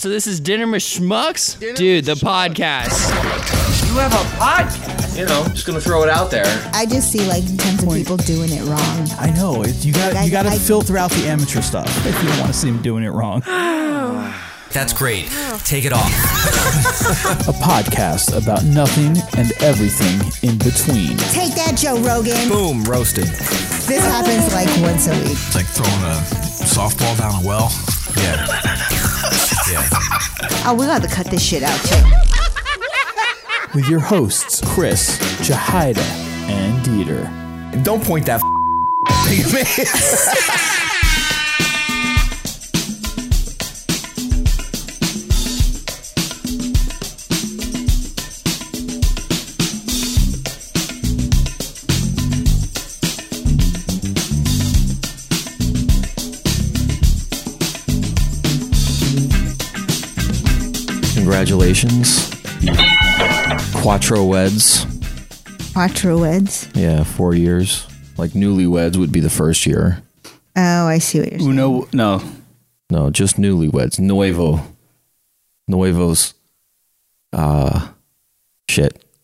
So this is Dinner with Schmucks, dude. The podcast. You have a podcast. You know, just gonna throw it out there. I just see like tons of people doing it wrong. I know. It, you got Like, I- you got to I- filter out the amateur stuff if you don't want to see him doing it wrong. That's great. Take it off. A podcast about nothing and everything in between. Take that, Joe Rogan. Boom, roasted. This happens like once a week. It's like throwing a softball down a well. Yeah. yeah. Oh, we got to cut this shit out too. With your hosts, Chris, Jahida, and Dieter. Don't point that thing at me. Congratulations. Quattro weds. Quattro weds. Yeah, four years. Like newlyweds would be the first year. Oh, I see what you're saying. Uno, no. No, just newlyweds. Nuevo. Nuevos. Uh shit.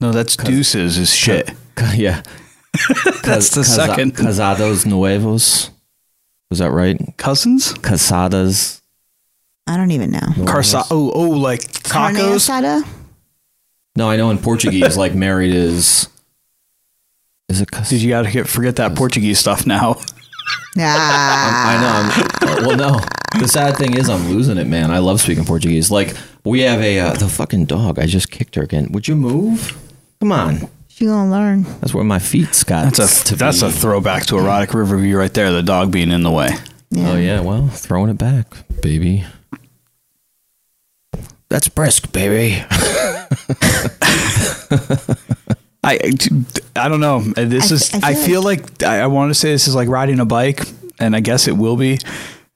No, that's deuces is shit. Yeah. That's the second. Casados nuevos. Was that right? Cousins? Casadas. I don't even know. Carsa. Oh, oh, like Carne tacos? asada? No, I know in Portuguese, like married is. Is it? Cas- Dude, you got to forget that Portuguese stuff now. Ah, I know. I'm, uh, well, no. The sad thing is, I'm losing it, man. I love speaking Portuguese. Like we have a uh, the fucking dog. I just kicked her again. Would you move? Come on. she gonna learn. That's where my feet's got. That's to a that's be. a throwback to erotic Riverview right there. The dog being in the way. Oh yeah. Well, throwing it back, baby. That's brisk, baby. I I don't know. This I- is I I feel feel like I, I want to say this is like riding a bike, and I guess it will be.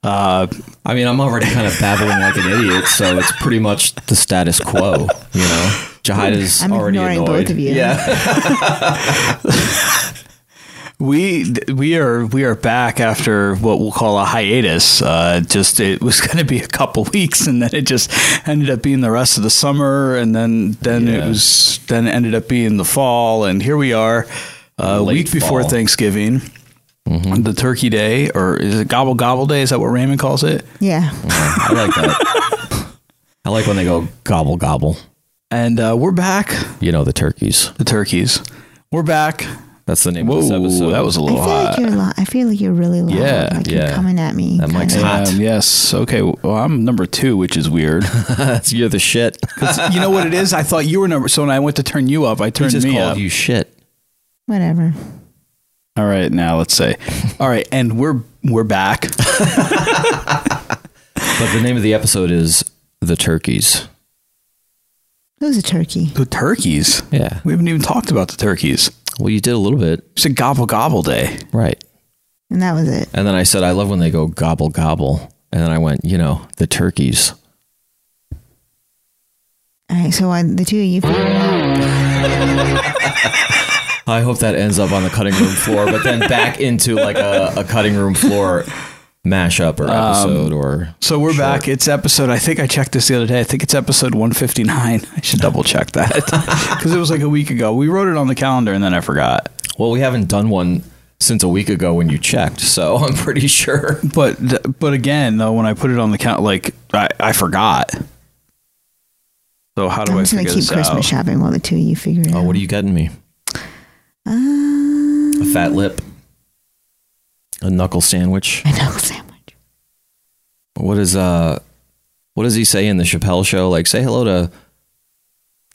Uh, I mean, I'm already kind of babbling like an idiot, so it's pretty much the status quo. You know, Jahida's I'm already ignoring annoyed. both of you. Yeah. We th- we are we are back after what we'll call a hiatus. Uh, just it was going to be a couple weeks, and then it just ended up being the rest of the summer, and then then Yeah. it was then it ended up being the fall, and here we are, uh, a Late week before fall. Thanksgiving, the Turkey Day, or is it Gobble Gobble Day? Is that what Raymond calls it? Yeah. I like that. I like when they go gobble gobble. And uh, we're back, You know the turkeys. the turkeys. We're back. That's the name Whoa, of this episode. that was a I feel little like hot. you're. Lo- I feel like you're really loud. Yeah, like You're yeah. coming at me. That mic's kinda. hot. Um, yes. Okay. Well, I'm number two, which is weird. That's you're the shit. you know what it is? I thought you were number. So when I went to turn you up, I He turned just me called up. you shit. Whatever. All right, now let's say. All right, and we're we're back. But the name of the episode is the turkeys. It was a turkey. the turkeys. Yeah. We haven't even talked about the turkeys. Well, you did a little bit It's a gobble gobble day. right, And that was it. and then I said I love when they go gobble gobble, and then I went, you know, the turkeys. All right. So I, the two of you figured it out. I hope that ends up on the cutting room floor, but then back into like a, a cutting room floor mashup or episode or So we're back. It's episode. I think I checked this the other day. I think it's episode one fifty nine. I should double check that because it was like a week ago. We wrote it on the calendar and then I forgot. Well, we haven't done one since a week ago when you checked, so I'm pretty sure. But th- but again though, when I put it on the count, like I, I forgot. So how do I'm i just gonna figure keep this Christmas out? shopping while the two of you figure it Oh, out. what are you getting me? Uh, A fat lip, a knuckle sandwich. I know sandwich. What is uh, what does he say in the Chappelle show? Like, say hello to.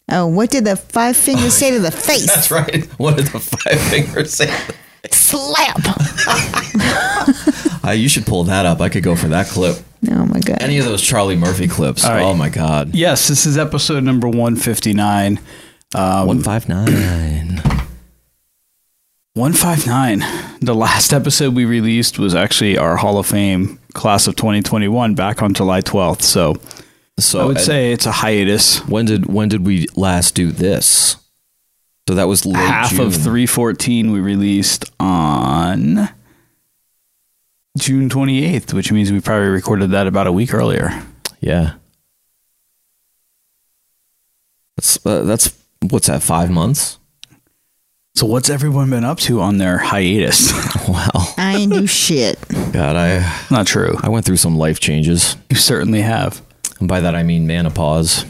Oh, what did the five fingers say to the face? That's right. What did the five fingers say? Slap. Uh, you should pull that up. I could go for that clip. Oh my god. Any of those Charlie Murphy clips. All right. Oh my god. Yes, this is episode number one fifty nine. Um, One five nine. 159. The last episode we released was actually our Hall of Fame class of 2021 back on July 12th. So So I would and say it's a hiatus. when did when did we last do this? So that was late Half of June. 314 we released on June 28th, which means we probably recorded that about a week earlier. Yeah. That's uh, that's what's that? Five months. So what's everyone been up to on their hiatus? Wow. I knew shit. God, I Not true. I went through some life changes, You certainly have. and by that I mean menopause.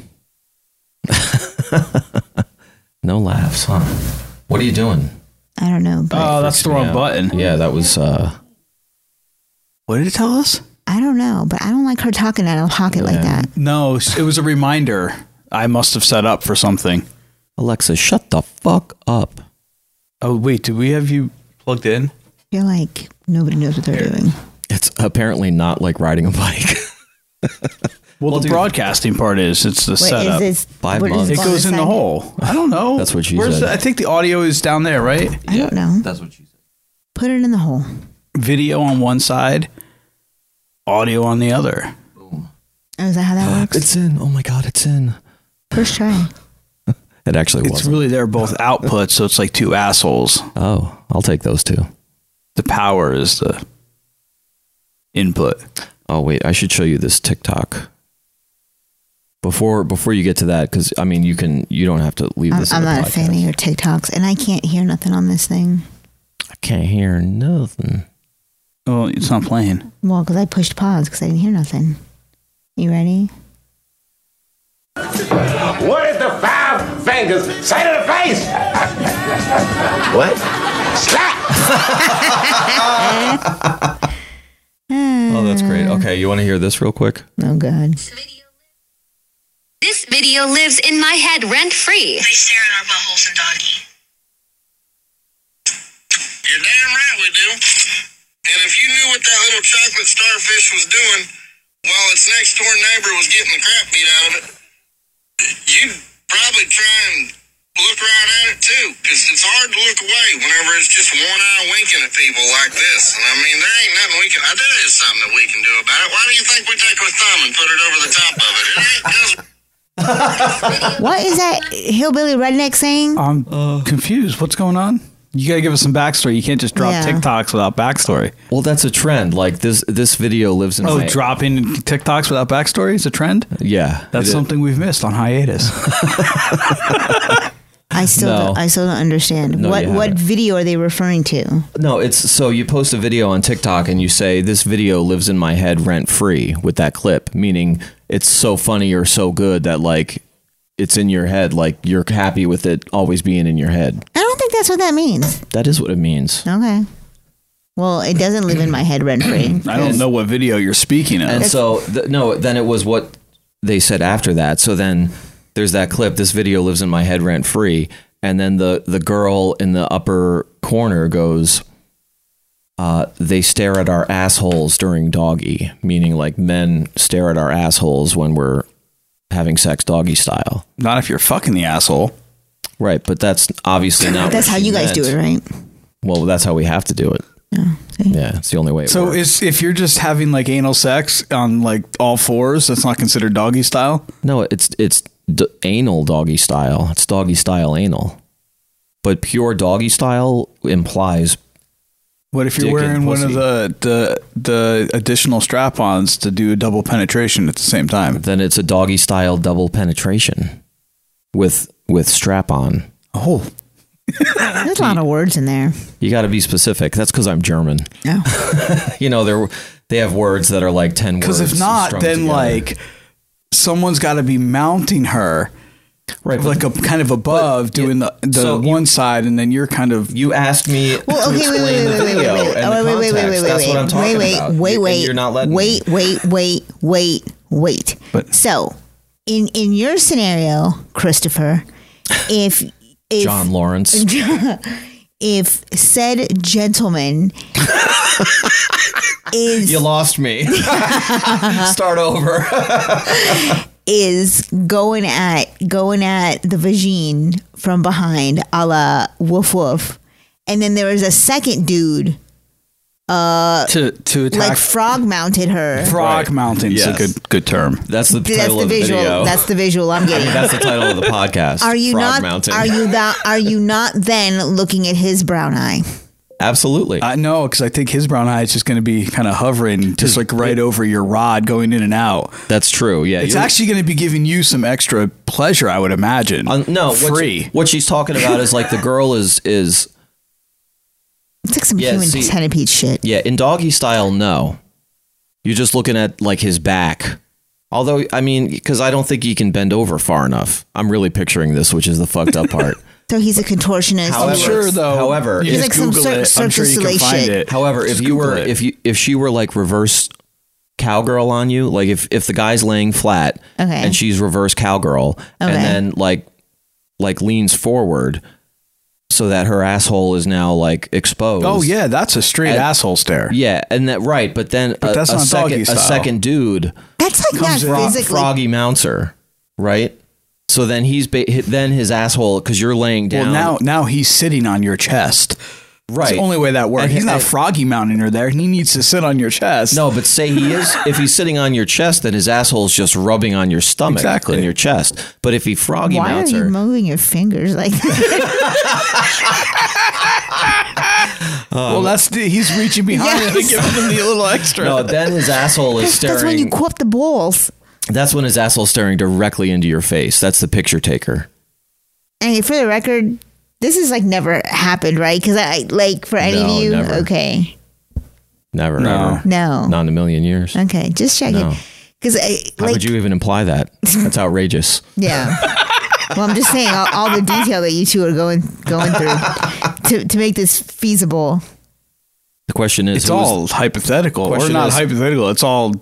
no laughs, huh? What are you doing? I don't know. But Oh, that's the wrong Yeah. button. Yeah, that was. uh What did it tell us? I don't know. But I don't like her talking out of pocket like Yeah. that. No, it was a reminder. I must have set up for something. Alexa, shut the fuck up. Oh wait, did we have you plugged in? I feel like nobody knows what they're doing. It's apparently not like riding a bike. Well, the broadcasting part is it's the Wait, setup. is this Five what is months. it this on goes in the side? hole. I don't know. That's what she Where's said. The, I think the audio is down there, right? I don't know. That's what she said. Put it in the hole. Video on one side, audio on the other. Oh, Is that how that works? It's in. Oh my god, it's in. First try. It actually It's wasn't. really they're both outputs, so it's like two assholes. oh, I'll take those two. The power is the input. Oh wait, I should show you this TikTok. Before before you get to that, because I mean you can you don't have to leave I'm, this. I'm in the not a podcast. fan of your TikToks, and I can't hear nothing on this thing. I can't hear nothing. Oh, it's not playing. Well, because I pushed pause because I didn't hear nothing. You ready? What is the five fingers? Say to the face. what? Slap. Oh, that's great. Mm. Okay, you want to hear this real quick? Oh, God. This video lives in my head rent free. They stare at our buttholes and doggy. You're damn right we do. And if you knew what that little chocolate starfish was doing while its next door neighbor was getting the crap beat out of it, you'd probably try and look right at it too. Because it's hard to look away whenever it's just one eye winking at people like this. And I mean, there ain't nothing we can, I there is something that we can do about it. Why do you think we take our thumb and put it over the top of it? It ain't does What is that hillbilly redneck saying? I'm Uh. confused. What's going on? You gotta give us some backstory. You can't just drop Yeah. TikToks without backstory. Well, that's a trend. Like this this video lives in. Oh, my- dropping TikToks without backstory is a trend. Yeah, That's it- something we've missed on hiatus. I still, No. don't, I still don't understand. No, what, you what haven't. video are they referring to? No, it's so you post a video on TikTok and you say this video lives in my head rent free with that clip, meaning it's so funny or so good that like it's in your head, like you're happy with it always being in your head. I don't think that's what that means. That is what it means. Okay. Well, it doesn't live in my head rent free. I don't know what video you're speaking of. And so th- no, then it was what they said after that. So then there's that clip. This video lives in my head rent free, and then the the girl in the upper corner goes. Uh, they stare at our assholes during doggy, meaning like men stare at our assholes when we're having sex doggy style. Not if you're fucking the asshole. Right, but that's obviously not. That's what how she you guys do meant. it, right? Oh, Well, that's how we have to do it. Yeah, it's the only way. It So works. is if you're just having like anal sex on like all fours, that's not considered doggy style. No, it's it's d- anal doggy style. It's doggy style anal. But pure doggy style implies What if you're Dick wearing and one of pussy. the the the additional strap-ons to do a double penetration at the same time? then it's a doggy style double penetration with with strap on. Oh, There's a lot of words in there. Oh. You got to be specific. That's because I'm German. No. You know, they they have words that are like ten words. because if not, strung then together. like someone's got to be mounting her right, but like a kind of above doing the the so you- one side, and then you're kind of you asked me Well, to okay, wait, wait, wait, wait, explain the video wait, wait, and the wait, wait, wait, wait, wait, context. wait, That's wait, what I'm talking wait, about. wait, You- and wait, you're not letting me. wait, wait, wait, wait, wait. But- so, in in your scenario, Christopher, if if John Lawrence. if said gentleman is You lost me. Start over. is going at going at the vagine from behind, a la woof woof, and then there is a second dude to to attack like frog mounted her. frog mounting is Yes. a good good term. That's the That's title the of visual. the video. That's the visual I'm getting. That's the title of the podcast. Are you Frog not? Mountain. Are you that? Are you not then looking at his brown eye? Absolutely. I know because I think his brown eye is just going to be kind of hovering, just like right over your rod, going in and out. That's true. Yeah. It's you're- actually going to be giving you some extra pleasure, I would imagine. Uh, no, what she- free. What, she's talking about is like the girl is is It's like some Yeah, human see- centipede shit. yeah in doggy style. No, you're just looking at like his back. Although I mean, because I don't think he can bend over far enough. I'm really picturing this, which is the fucked up part. So he's a contortionist. However- I'm sure though. however, you It's just like some Google sort- it. I'm Cirque du sure you Soleil can find shit. it. However, if Just you were Google it. if you if she were like reverse cowgirl on you, like if if the guy's laying flat Okay. and she's reverse cowgirl and Okay. then like like leans forward so that her asshole is now like exposed. oh yeah, that's a straight And- asshole stare. Yeah, and that right, but then a, that's a not second doggy a style. second dude That's like not fro- physically. froggy mounts her, right? So then he's ba- then his asshole cuz you're laying down. Well, now now he's sitting on your chest. right. It's the only way that works. And- he's not and- froggy mounting her there. He needs to sit on your chest. No, but say he is. If he's sitting on your chest, then his asshole's just rubbing on your stomach Exactly. and your chest. But if he froggy Why are mounts you her, moving your fingers like that? well, that's the, he's reaching behind Yes. him and giving him the little extra. no, then his asshole is staring. That's when you co-op the balls. that's when his asshole's staring directly into your face. That's the picture taker. And for the record, this is like never happened, right? Because I like for any No, of you, never. okay, Never, ever, no, not in a million years. okay, just checking. No. Because I How like, would you even imply that? That's outrageous. yeah. well, I'm just saying all, all the detail that you two are going going through to to make this feasible. The question is, It's who was- all hypothetical. Or Question not is- hypothetical. It's all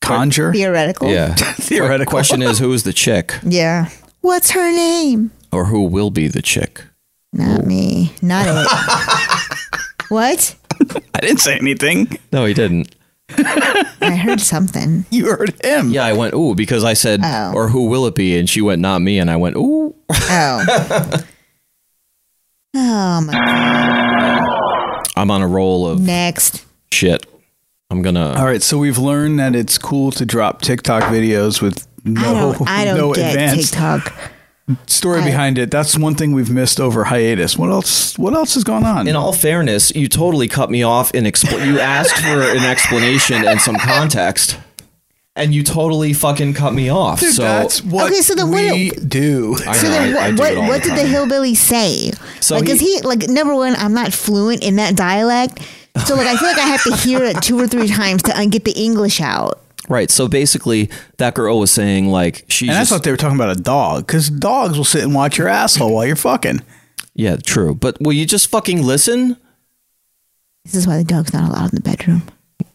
conjure. Theoretical. yeah. Theoretical. Question is, who is the chick, Yeah. What's her name? or who will be the chick? Not me. Not it. what? I didn't say anything. No, he didn't. I heard something. You heard him. Yeah, I went ooh because I said, Oh. or who will it be? And she went, not me. And I went ooh. Oh. Oh my. I'm on a roll of Next. shit. I'm gonna. All right, so we've learned that it's cool to drop TikTok videos with no, I don't. I don't no get advanced TikTok. story behind it. That's one thing we've missed over hiatus. What else? What else is going on? In all fairness, you totally cut me off. In expl- you asked for an explanation and some context, and you totally fucking cut me off. Dude, so that's what Okay, so then what- we do. I So know, then, I- I what, do it what, all what the did the time. hillbilly say? So like, is he- he like number one? I'm not fluent in that dialect, so like I feel like I have to hear it two or three times to un- get the English out. right? So basically, that girl was saying like she And I just thought they were talking about a dog because dogs will sit and watch your asshole while you're fucking. yeah, true. But will you just fucking listen? This is why the dog's not allowed in the bedroom.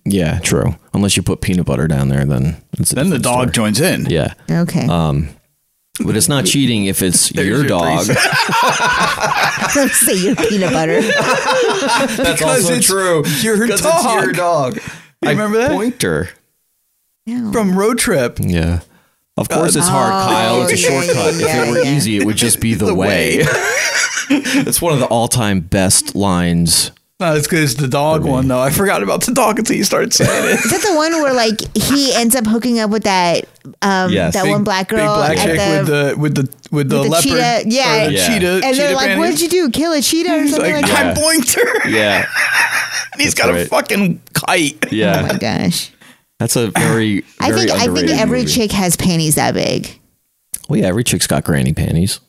Yeah, true. Unless you put peanut butter down there, then it's a Then the different dog story. joins in. Yeah, um, Okay, Uh. but it's not cheating if it's your your dog. let's say your peanut butter. That's Because also it's true. your 'Cause It's your dog. dog. You remember that? Pointer. No. From Um, road trip. Yeah. Of course, it's hard, Kyle. It's a Uh, oh, yeah, shortcut. yeah, if it were yeah. easy, it would just be the, The way. way. it's one of the all-time best lines. No, it's because the dog one though. I forgot about the dog until you started saying Is it. that the one where like he ends up hooking up with that um Yes. that Big- one black girl Big black at chick with the with the with the the leopard. cheetah- yeah. or the Cheetah. Yeah. And and cheetah they're like, "What did panties. you do? Kill a cheetah or He's something like, like, I that?" boinked her. Yeah, And he's got right. a fucking kite. Oh my yeah. gosh! That's a very, very I think I think underrated every movie. chick has panties that big. Well, yeah, every chick's got granny panties.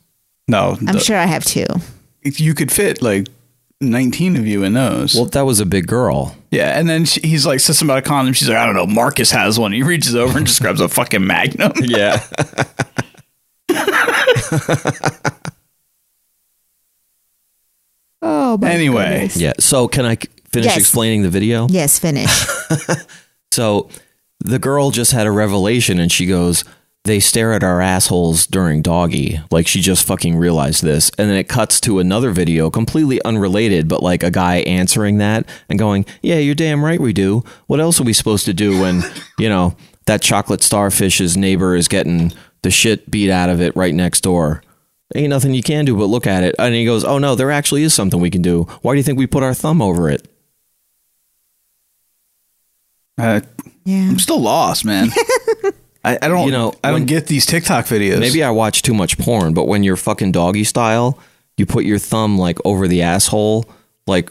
No, I'm the- sure I have two. if you could fit like 19 of you in those. Well, that was a big girl. yeah, and then she, he's like, says something about a condom. She's like, I don't know. Marcus has one. He reaches over and just grabs a fucking magnum. Yeah. Oh, my Anyway. goodness. Yeah. So, can I c- finish Yes. explaining the video? yes, finish. So the girl just had a revelation and she goes, They stare at our assholes during doggy. Like she just fucking realized this. And then it cuts to another video, completely unrelated, but like a guy answering that and going, Yeah, you're damn right we do. What else are we supposed to do when, you know, that chocolate starfish's neighbor is getting the shit beat out of it right next door? Ain't nothing you can do but look at it. And he goes, Oh no, there actually is something we can do. Why do you think we put our thumb over it? Uh, Yeah. I'm still lost, man. I, I don't, You know, I don't when- get these TikTok videos. Maybe I watch too much porn, but when you're fucking doggy style, you put your thumb like over the asshole Like,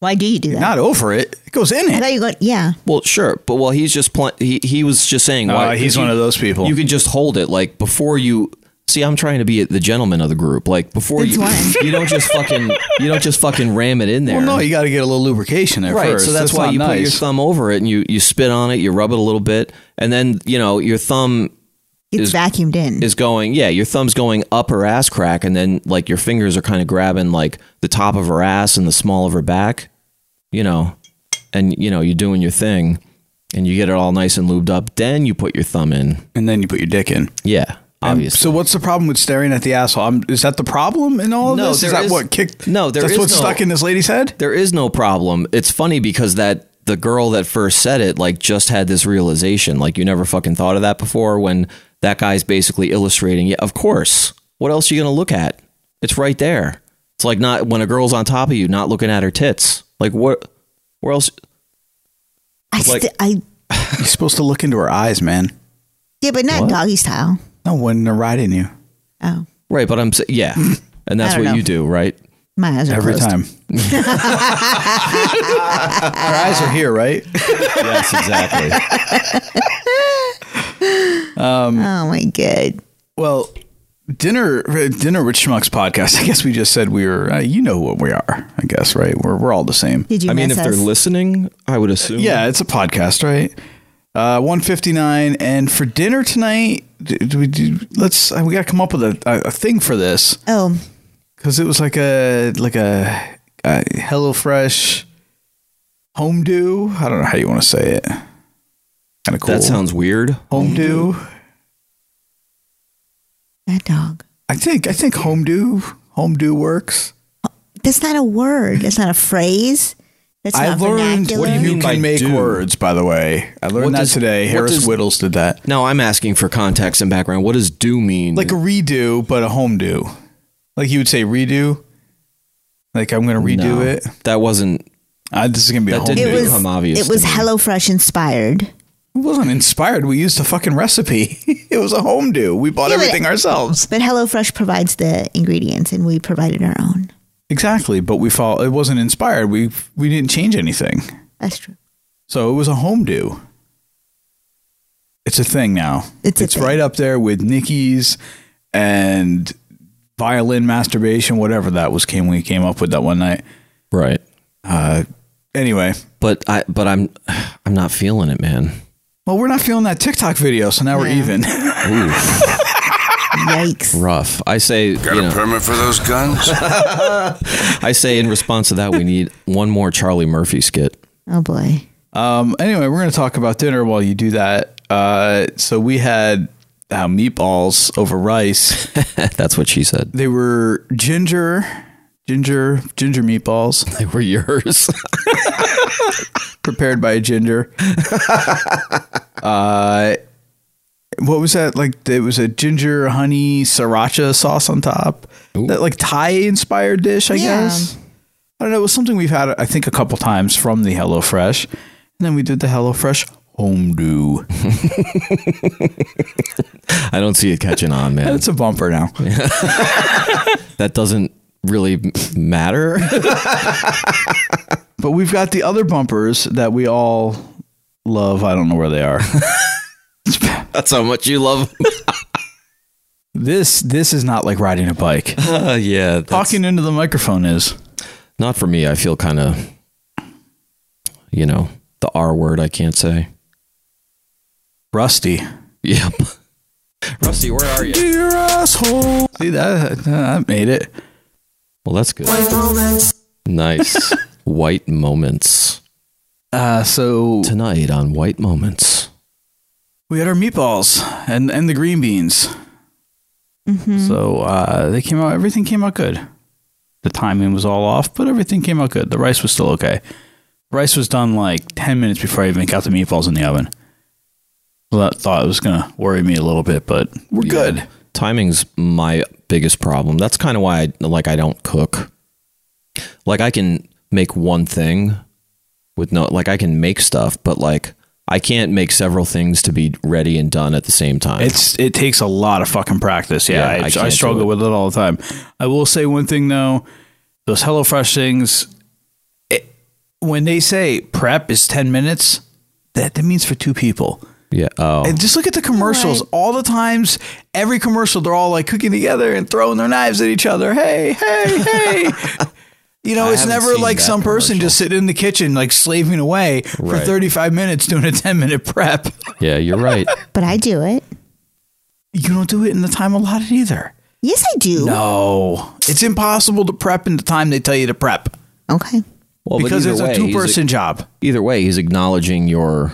Why do you do that? Not over it. It goes in I it. thought you were going, yeah. well, sure, but well, he's just pl- he he was just saying Uh, why he's you- one of those people. You can just hold it like before you see. I'm trying to be the gentleman of the group. Like before That's you, why. you don't just fucking you don't just fucking ram it in there. well, no, you got to get a little lubrication there right, first. so that's, why not you put your nice. thumb over it and you you spit on it, you rub it a little bit, and then you know your thumb It's Is- vacuumed in. is going yeah your thumb's going up her ass crack and then like your fingers are kind of grabbing like the top of her ass and the small of her back you know and you know you're doing your thing and you get it all nice and lubed up then you put your thumb in and then you put your dick in. yeah obviously So what's the problem with staring at the asshole? I'm, is that the problem in all of No, this? Is there that is- what kicked? No, there that's is what's no- stuck in this lady's head. there is no problem it's funny because that the girl that first said it like just had this realization like you never fucking thought of that before when that guy's basically illustrating yeah of course what else are you gonna look at it's right there it's like not when a girl's on top of you not looking at her tits like what where else I, like- st- I, You're supposed to look into her eyes, man. yeah, but not doggy style. No, when they're riding you Oh, right but i'm s- yeah and that's I what don't you know. do right my eyes are every closed. time. Her eyes are here, right? yes exactly Oh my god. Well, dinner, dinner with Schmucks podcast. I guess we just said we were. Uh, you know what we are. I guess right. We're we're all the same. Did you i mean miss if they're us? listening i would assume Yeah, it's a podcast, right? Uh, one fifty nine, and for dinner tonight, d- do we do, let's uh, we got to come up with a, a, a thing for this oh, because it was like a like a, a HelloFresh home do. I don't know how you want to say it. Kind of cool. Oh. that sounds weird home do. that dog. I think I think home do home do works. That's not a word. That's not a phrase. That's I not learned vernacular. What do you mean by can make do? words. By the way, I learned What that does- today. what Harris does- Whittles did that. now i'm asking for context and background what does do mean Like a redo, but a home do. Like you would say redo. Like I'm gonna redo No, it. that wasn't Uh, this is gonna be a That home didn't do. it It was become obvious it to was me. HelloFresh inspired. It wasn't inspired. We used a fucking recipe. it was a home do. We bought Yeah, but- everything ourselves. But HelloFresh provides the ingredients and we provided our own. Exactly, but we fall. It wasn't inspired. We we didn't change anything. That's true. So it was a home do. It's a thing now. It's a thing. right up there with Nikki's and violin masturbation, whatever that was came we came up with that one night. right Anyway, but I but I'm I'm not feeling it, man. well, we're not feeling that TikTok video, so now we're even. Yikes. Rough. I say you Got a know, permit for those guns? I say in response to that we need one more Charlie Murphy skit. Oh boy. Um, anyway, we're going to talk about dinner while you do that. Uh, so we had uh, meatballs over rice. That's what she said. They were ginger, ginger, ginger meatballs They were yours. prepared by a ginger. uh, what was that? Like it was a ginger honey sriracha sauce on top. That like Thai inspired dish, I Yeah. guess. I don't know. It was something we've had, I think, a couple times from the HelloFresh, and then we did the HelloFresh home do. I don't see it catching on, man. That's a bumper now. that doesn't really m- matter. But we've got the other bumpers that we all love. I don't know where they are. That's how much you love. this this is not like riding a bike. Uh, yeah, that's- Talking into the microphone is. Not for me. I feel kind of, you know, the R word. I can't say. Rusty. Yep. Rusty, where are you? Dear asshole. See that? I made it. Well, that's good. Nice white moments Uh, so tonight on White Moments. we had our meatballs and and the green beans. So uh, they came out. Everything came out good. The timing was all off, but everything came out good. The rice was still okay. Rice was done like ten minutes before I even got the meatballs in the oven. Well, that thought it was gonna worry me a little bit, but we're Yeah. good. Timing's my biggest problem. That's kind of why I like I don't cook. Like I can make one thing with no like I can make stuff, but like I can't make several things to be ready and done at the same time. It's it takes a lot of fucking practice. Yeah, Yeah, I I, I, can't do struggle it. with it all the time. I will say one thing though: those HelloFresh things, when they say prep is 10 minutes, that, that means for two people. Yeah. Oh. And just look at the commercials. All the times, every commercial, they're all like cooking together and throwing their knives at each other. Hey, hey, hey. You know, I it's haven't never seen like that some person commercial. just sitting in the kitchen, like slaving away for Right. 35 minutes doing a 10 minute prep. Yeah, you're right. But I do it. You don't do it in the time allotted either. Yes, I do. No. Oh. It's impossible to prep in the time they tell you to prep Okay. Well, but because either it's way, a two he's person job. Either way, he's acknowledging your,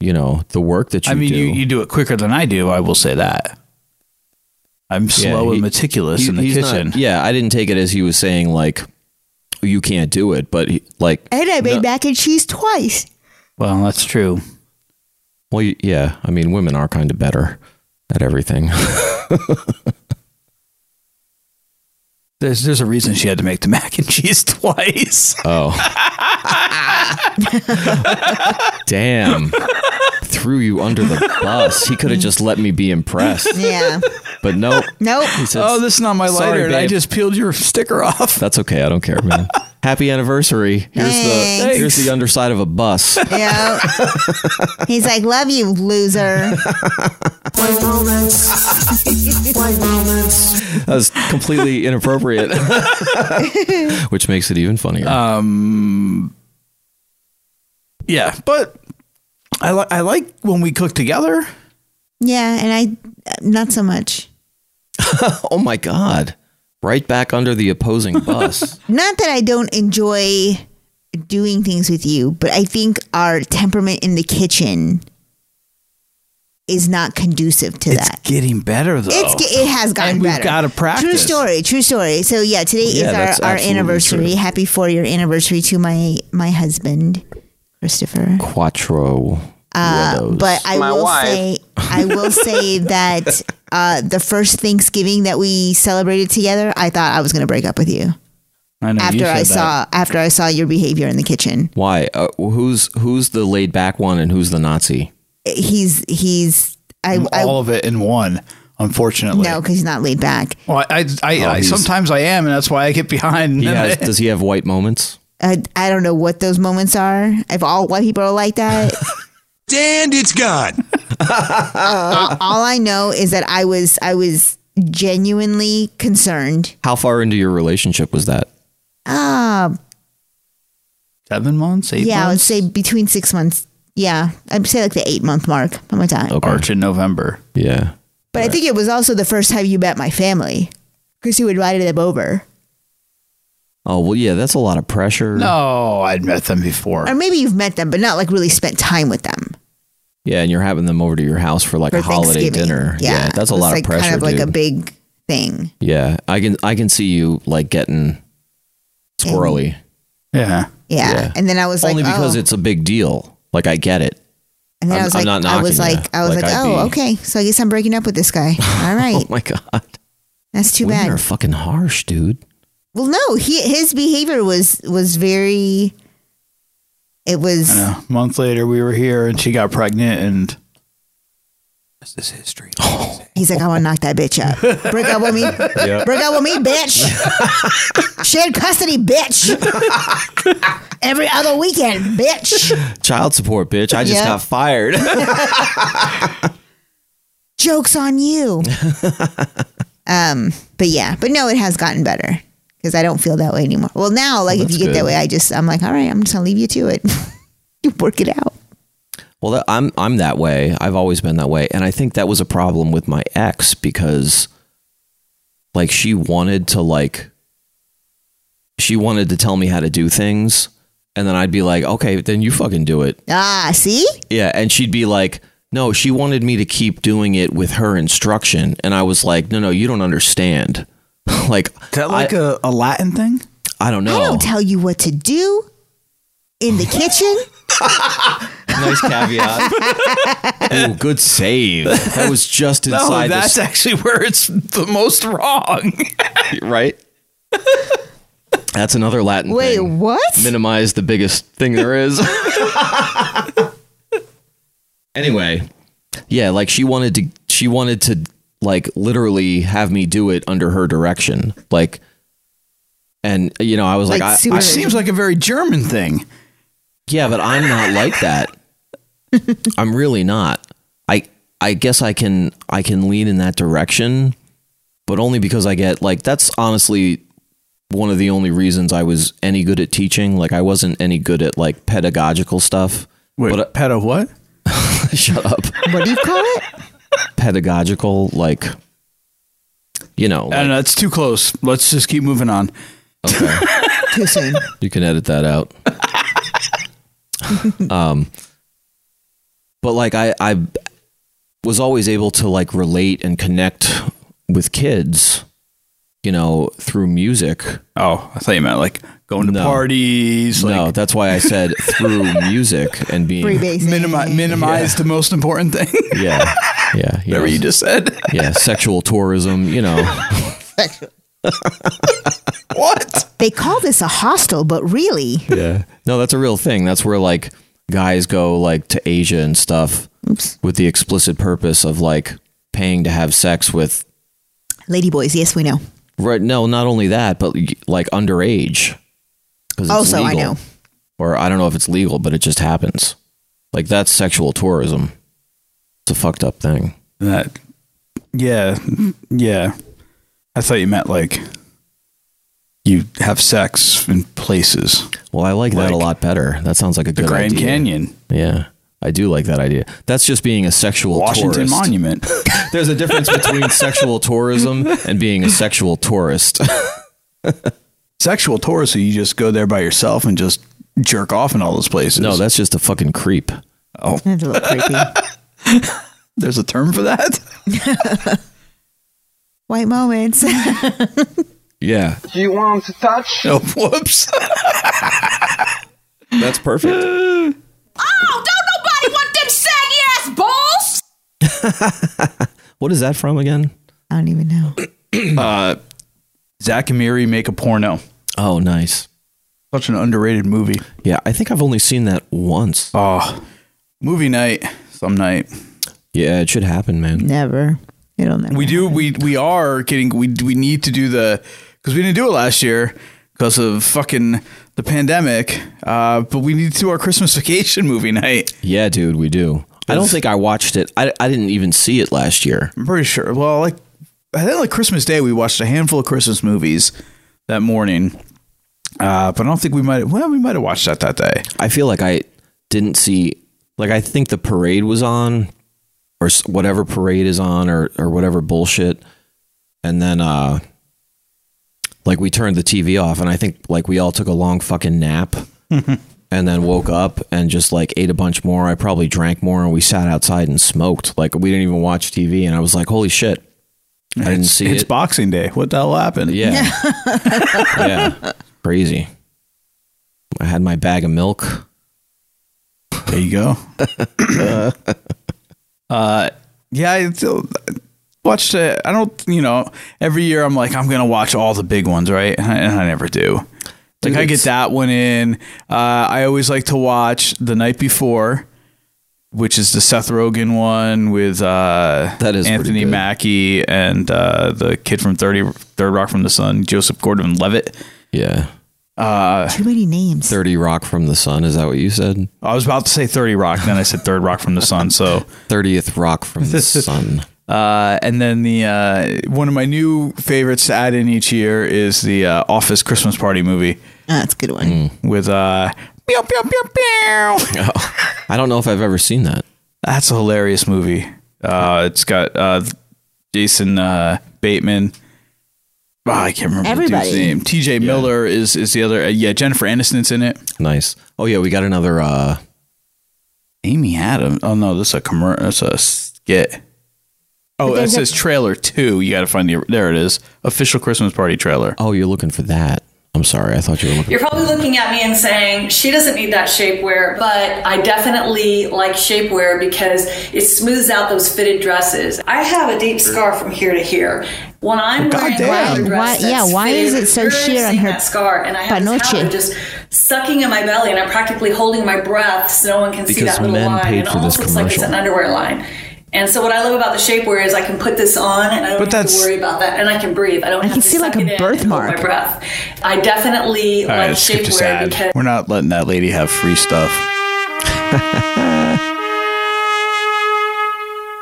you know, the work that you I mean, do. You, you do it quicker than I do. I will say that. I'm slow he- and meticulous He- in the he's kitchen. Not, yeah, I didn't take it as he was saying like you can't do it, but he, like And I made No. mac and cheese twice. Well, that's true. well, y- yeah. I mean, women are kind of better at everything. There's there's a reason she had to make the mac and cheese twice. oh, damn! Threw you under the bus. He could have just let me be impressed, Yeah. but nope. nope. He says, oh, this is not my Sorry, lighter. and I babe. just peeled your sticker off. That's okay. I don't care, man. Happy anniversary. Here's the Thanks. here's the underside of a bus. Yeah. He's like, love you, loser. That was completely inappropriate, which makes it even funnier. Yeah, but I li- I like when we cook together. Yeah, and I not so much. oh my god! Right back under the opposing bus. Not that I don't enjoy doing things with you, but I think our temperament in the kitchen is not conducive to that. It's getting better though. It's ge- it has gotten And we've better. gotta True practice. story. True story. So yeah, today Yeah, is that's our, our absolutely anniversary. true. Happy four year anniversary to my my husband, Christopher. Quattro. Uh, Willows. But I will say, I will say that uh, the first Thanksgiving that we celebrated together, I thought I was going to break up with you I know, you after said I that. saw after I saw your behavior in the kitchen. why? Uh, who's who's the laid back one and who's the Nazi? He's he's I, I all of it in one. Unfortunately, no because he's not laid back. Well, I, I, I, Oh, I he's- sometimes I am, and that's why I get behind. He and has, I- does he have white moments? I, I don't know what those moments are. If all white people are like that, And it's gone. all I know is that I was I was genuinely concerned. How far into your relationship was that? Ah, seven months, eight yeah, I would months. say between six months. Yeah, I'd say like the eight month mark. How much time? Okay. March and November. Yeah. But I think it was also the first time you met my family because you invited them over. Oh well, yeah. That's a lot of pressure. No, Oh, I'd met them before. Or maybe you've met them, but not like really spent time with them. Yeah, and you're having them over to your house for like for a holiday Thanksgiving. dinner. Yeah, that's a It was, lot like, of pressure, Kind of like dude. a big thing. yeah, I can I can see you like getting squirrely yeah. Yeah. Yeah. And then I was like, only because oh. it's a big deal. Like I get it. and then I'm- I was I'm like, not I was knocking like, ya. I was Like, like, I'd oh, be- okay. So I guess I'm breaking up with this guy. All right, Oh my god, that's too women bad. are fucking harsh, dude. Well, no, he his behavior was was very. It was I know. A month later, we were here, and she got pregnant, and this is history. He's like, I want to knock that bitch up. Break up with me. Break up with me, bitch. Shared custody, bitch. Every other weekend, bitch. Child support, bitch. I just Yeah. got fired. Joke's on you. Um, but yeah, but no, it has gotten better because I don't feel that way anymore. Well, now, like, if that's you get that good. way, I just, I'm like, all right, I'm just going to leave you to it. you work it out. Well, that, I'm I'm that way. I've always been that way, and I think that was a problem with my ex because, like, she wanted to like, she wanted to tell me how to do things, and then I'd be like, okay, then you fucking do it. Ah, see? Yeah, and she'd be like, no, she wanted me to keep doing it with her instruction, and I was like, no, no, you don't understand. like, Is that like a a Latin thing? I don't I know. don't tell you what to do in the kitchen. nice caveat. Ooh, good save. That was just inside. the Oh, that's actually where it's the most wrong. right? That's another Latin Wait, thing. what? Minimize the biggest thing there is. anyway, yeah, like she wanted to she wanted to like literally have me do it under her direction. Like And you know, I was like, Like I- super- I, Which seems like a very German thing. yeah, but I'm not like that. I'm really not. I I guess I can I can lean in that direction, but only because I get like that's honestly one of the only reasons I was any good at teaching. Like I wasn't any good at like pedagogical stuff. Wait, But- pedo what? Shut up. What do you call it? pedagogical like you know, I don't like- know. It's too close. Let's just keep moving on. okay. Too soon. You can edit that out. um, but like I, I was always able to like relate and connect with kids, you know, through music. Oh, I thought you meant like going to No. parties, like no, that's why I said through music and being Free base. minimi- minimize the most important thing. yeah, yeah, Whatever yes, you just said. yeah, sexual tourism. You know, what? They call this a hostel, but really, yeah, no, that's a real thing. That's where like guys go like to Asia and stuff oops, with the explicit purpose of like paying to have sex with lady boys. Yes, we know. Right. No, not only that, but like underage. 'Cause it's Also, I know. Or I don't know if it's legal, but it just happens. Like that's sexual tourism. It's a fucked up thing. That. Yeah, yeah. I thought you meant like you have sex in places. Well, I like, that a Like lot better. That sounds like a The good Grand idea. Canyon, Yeah. I do like that idea. That's just being a sexual Washington tourist. Monument. There's a difference between sexual tourism and being a sexual tourist. Sexual tourists, so you just go there by yourself and just jerk off in all those places. no, that's just a fucking creep. That's a little creepy. there's a term for that. White moments. Yeah. Oh, whoops. That's perfect. Oh, don't nobody want them saggy ass balls! What is that from again? I don't even know. Zach and Miri make a porno. Oh, nice. Such an underrated movie. Yeah, I think I've only seen that once. Oh, movie night some night. Yeah, it should happen, man. Never. It'll never. We do. We we are getting. We we need to do the because we didn't do it last year because of fucking the pandemic. Uh, but we need to do our Christmas vacation movie night. Yeah, dude, we do. I don't think I watched it. I, I didn't even see it last year. I'm pretty sure. Well, like I think like Christmas Day, we watched a handful of Christmas movies that morning. Uh, but I don't think we might. Well, we might have watched that that day. I feel like I didn't see like I think the parade was on or s- whatever parade is on or or whatever bullshit. And then uh like we turned the TV off and I think like we all took a long fucking nap. And then woke up and just like ate a bunch more. I probably drank more and we sat outside and smoked. Like we didn't even watch TV and I was like, "Holy shit." I didn't see It's it. Boxing Day. What the hell happened? Yeah. yeah. Crazy. I had my bag of milk. There you go. uh, yeah, I still watched it. I don't, you know, every year I'm like, I'm going to watch all the big ones, right? And I, and I never do. Like, Dude, I get it's- that one in. Uh, I always like to watch The Night Before, which is the Seth Rogen one with uh, That is pretty Anthony good. Mackie and uh, the kid from 30, Third Rock from the Sun, Joseph Gordon Levitt. Yeah. Too many names. 30 Rock from the Sun. Is that what you said? I was about to say 30 Rock, then I said Third Rock from the Sun. So. 30th Rock from the Sun. Uh, and then the uh, one of my new favorites to add in each year is the uh, Office Christmas Party movie Ah, that's a good one. with uh, pew, pew, pew, pew. I don't know if I've ever seen that. that's a hilarious movie. Uh, it's got uh, Jason uh, Bateman. Oh, I can't remember Everybody. the dude's name. T.J. Miller is is the other. Uh, yeah, Jennifer Aniston's in it. Nice. Oh, yeah. We got another. uh Amy Adams. Oh no, this is a commercial. That's a skit. Oh, it there's a- says trailer two. You got to find the. There it is. Official Christmas Party trailer. Oh, you're looking for that. I'm sorry. I thought you were looking You're probably looking at me and saying, she doesn't need that shapewear, but I definitely like shapewear because it smooths out those fitted dresses. I have a deep scar from here to here. When I'm wearing damn. a Why- dress why- that's yeah, why is fitted, it so you're sheer on seeing her that scar? And I have this panoche? habit of just sucking in my belly, and I'm practically holding my breath so no one can see Because that little men line. paid it for this almost looks like it's commercial. an underwear line. And so what I love about the shapewear is I can put this on and I don't But have to that's- worry about that, and I can breathe. I don't. I have can to see, like, suck a it in and hold birthmark. My breath. I definitely All right, like let's skip this shapewear ad. because We're not letting that lady have free stuff.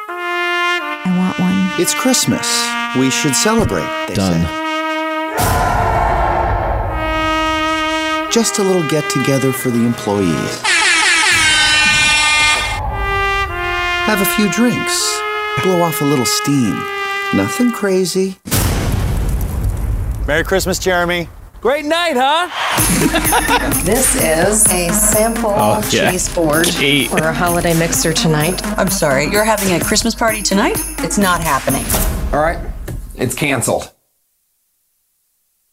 I want one. It's Christmas. We should celebrate. They Done. Said. Just a little get together for the employees. Have a few drinks. Blow off a little steam. Nothing crazy. Merry Christmas, Jeremy. Great night, huh? This is a sample Oh, of yeah. cheese board for a holiday mixer tonight. I'm sorry, you're having a Christmas party tonight? It's not happening. All right, it's canceled.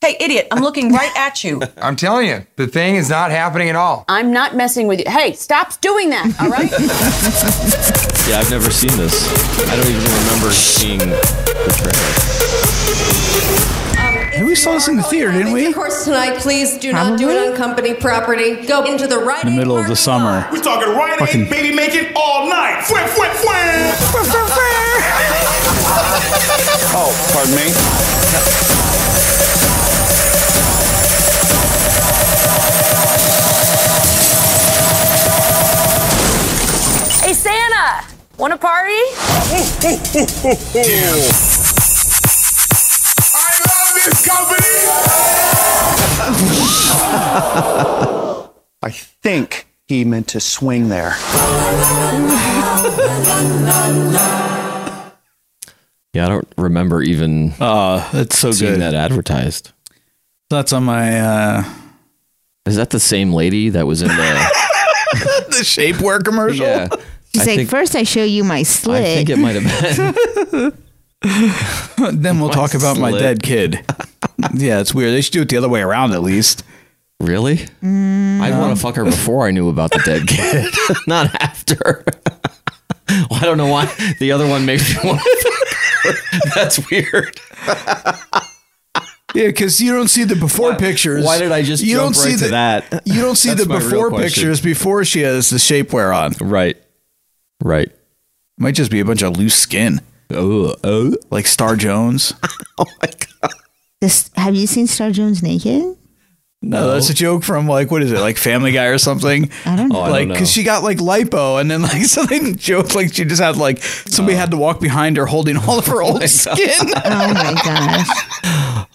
Hey, idiot, I'm looking right at you. I'm telling you, the thing is not happening at all. I'm not messing with you. Hey, stop doing that, all right? Yeah, I've never seen this. I don't even remember seeing the trailer. Hey, we saw this in the theater, didn't we? Of course, tonight, please do not do it on company property. Go into the right. In the middle of the summer. We're talking right Fucking- Aid, baby making all night. Oh, pardon me. hey, Santa, want a party? I think he meant to swing there. Yeah, I don't remember even uh, that's so seeing good. that advertised. That's on my. uh Is that the same lady that was in the the shapewear commercial? Yeah. She's I like, think- first I show you my I slit. think it might have been. then we'll talk about my slit. dead kid. yeah, it's weird. They should do it the other way around at least. Really? Mm, I'd want to fuck her before I knew about the dead kid, not after. well, I don't know why the other one makes me want to fuck her. That's weird. Yeah, because you don't see the before pictures. why did I just you jump don't right see to the, that? You don't see That's the my real before question. pictures before she has the shapewear on. Right. Right. Might just be a bunch of loose skin. Oh, oh. Like Star Jones. This, have you seen Star Jones naked? No, that's a joke from like what is it, like Family Guy or something? I don't know. Oh, I don't Like, know. cause she got like lipo, and then like something joke like she just had like somebody Uh. had to walk behind her holding all of her old skin, Oh my gosh.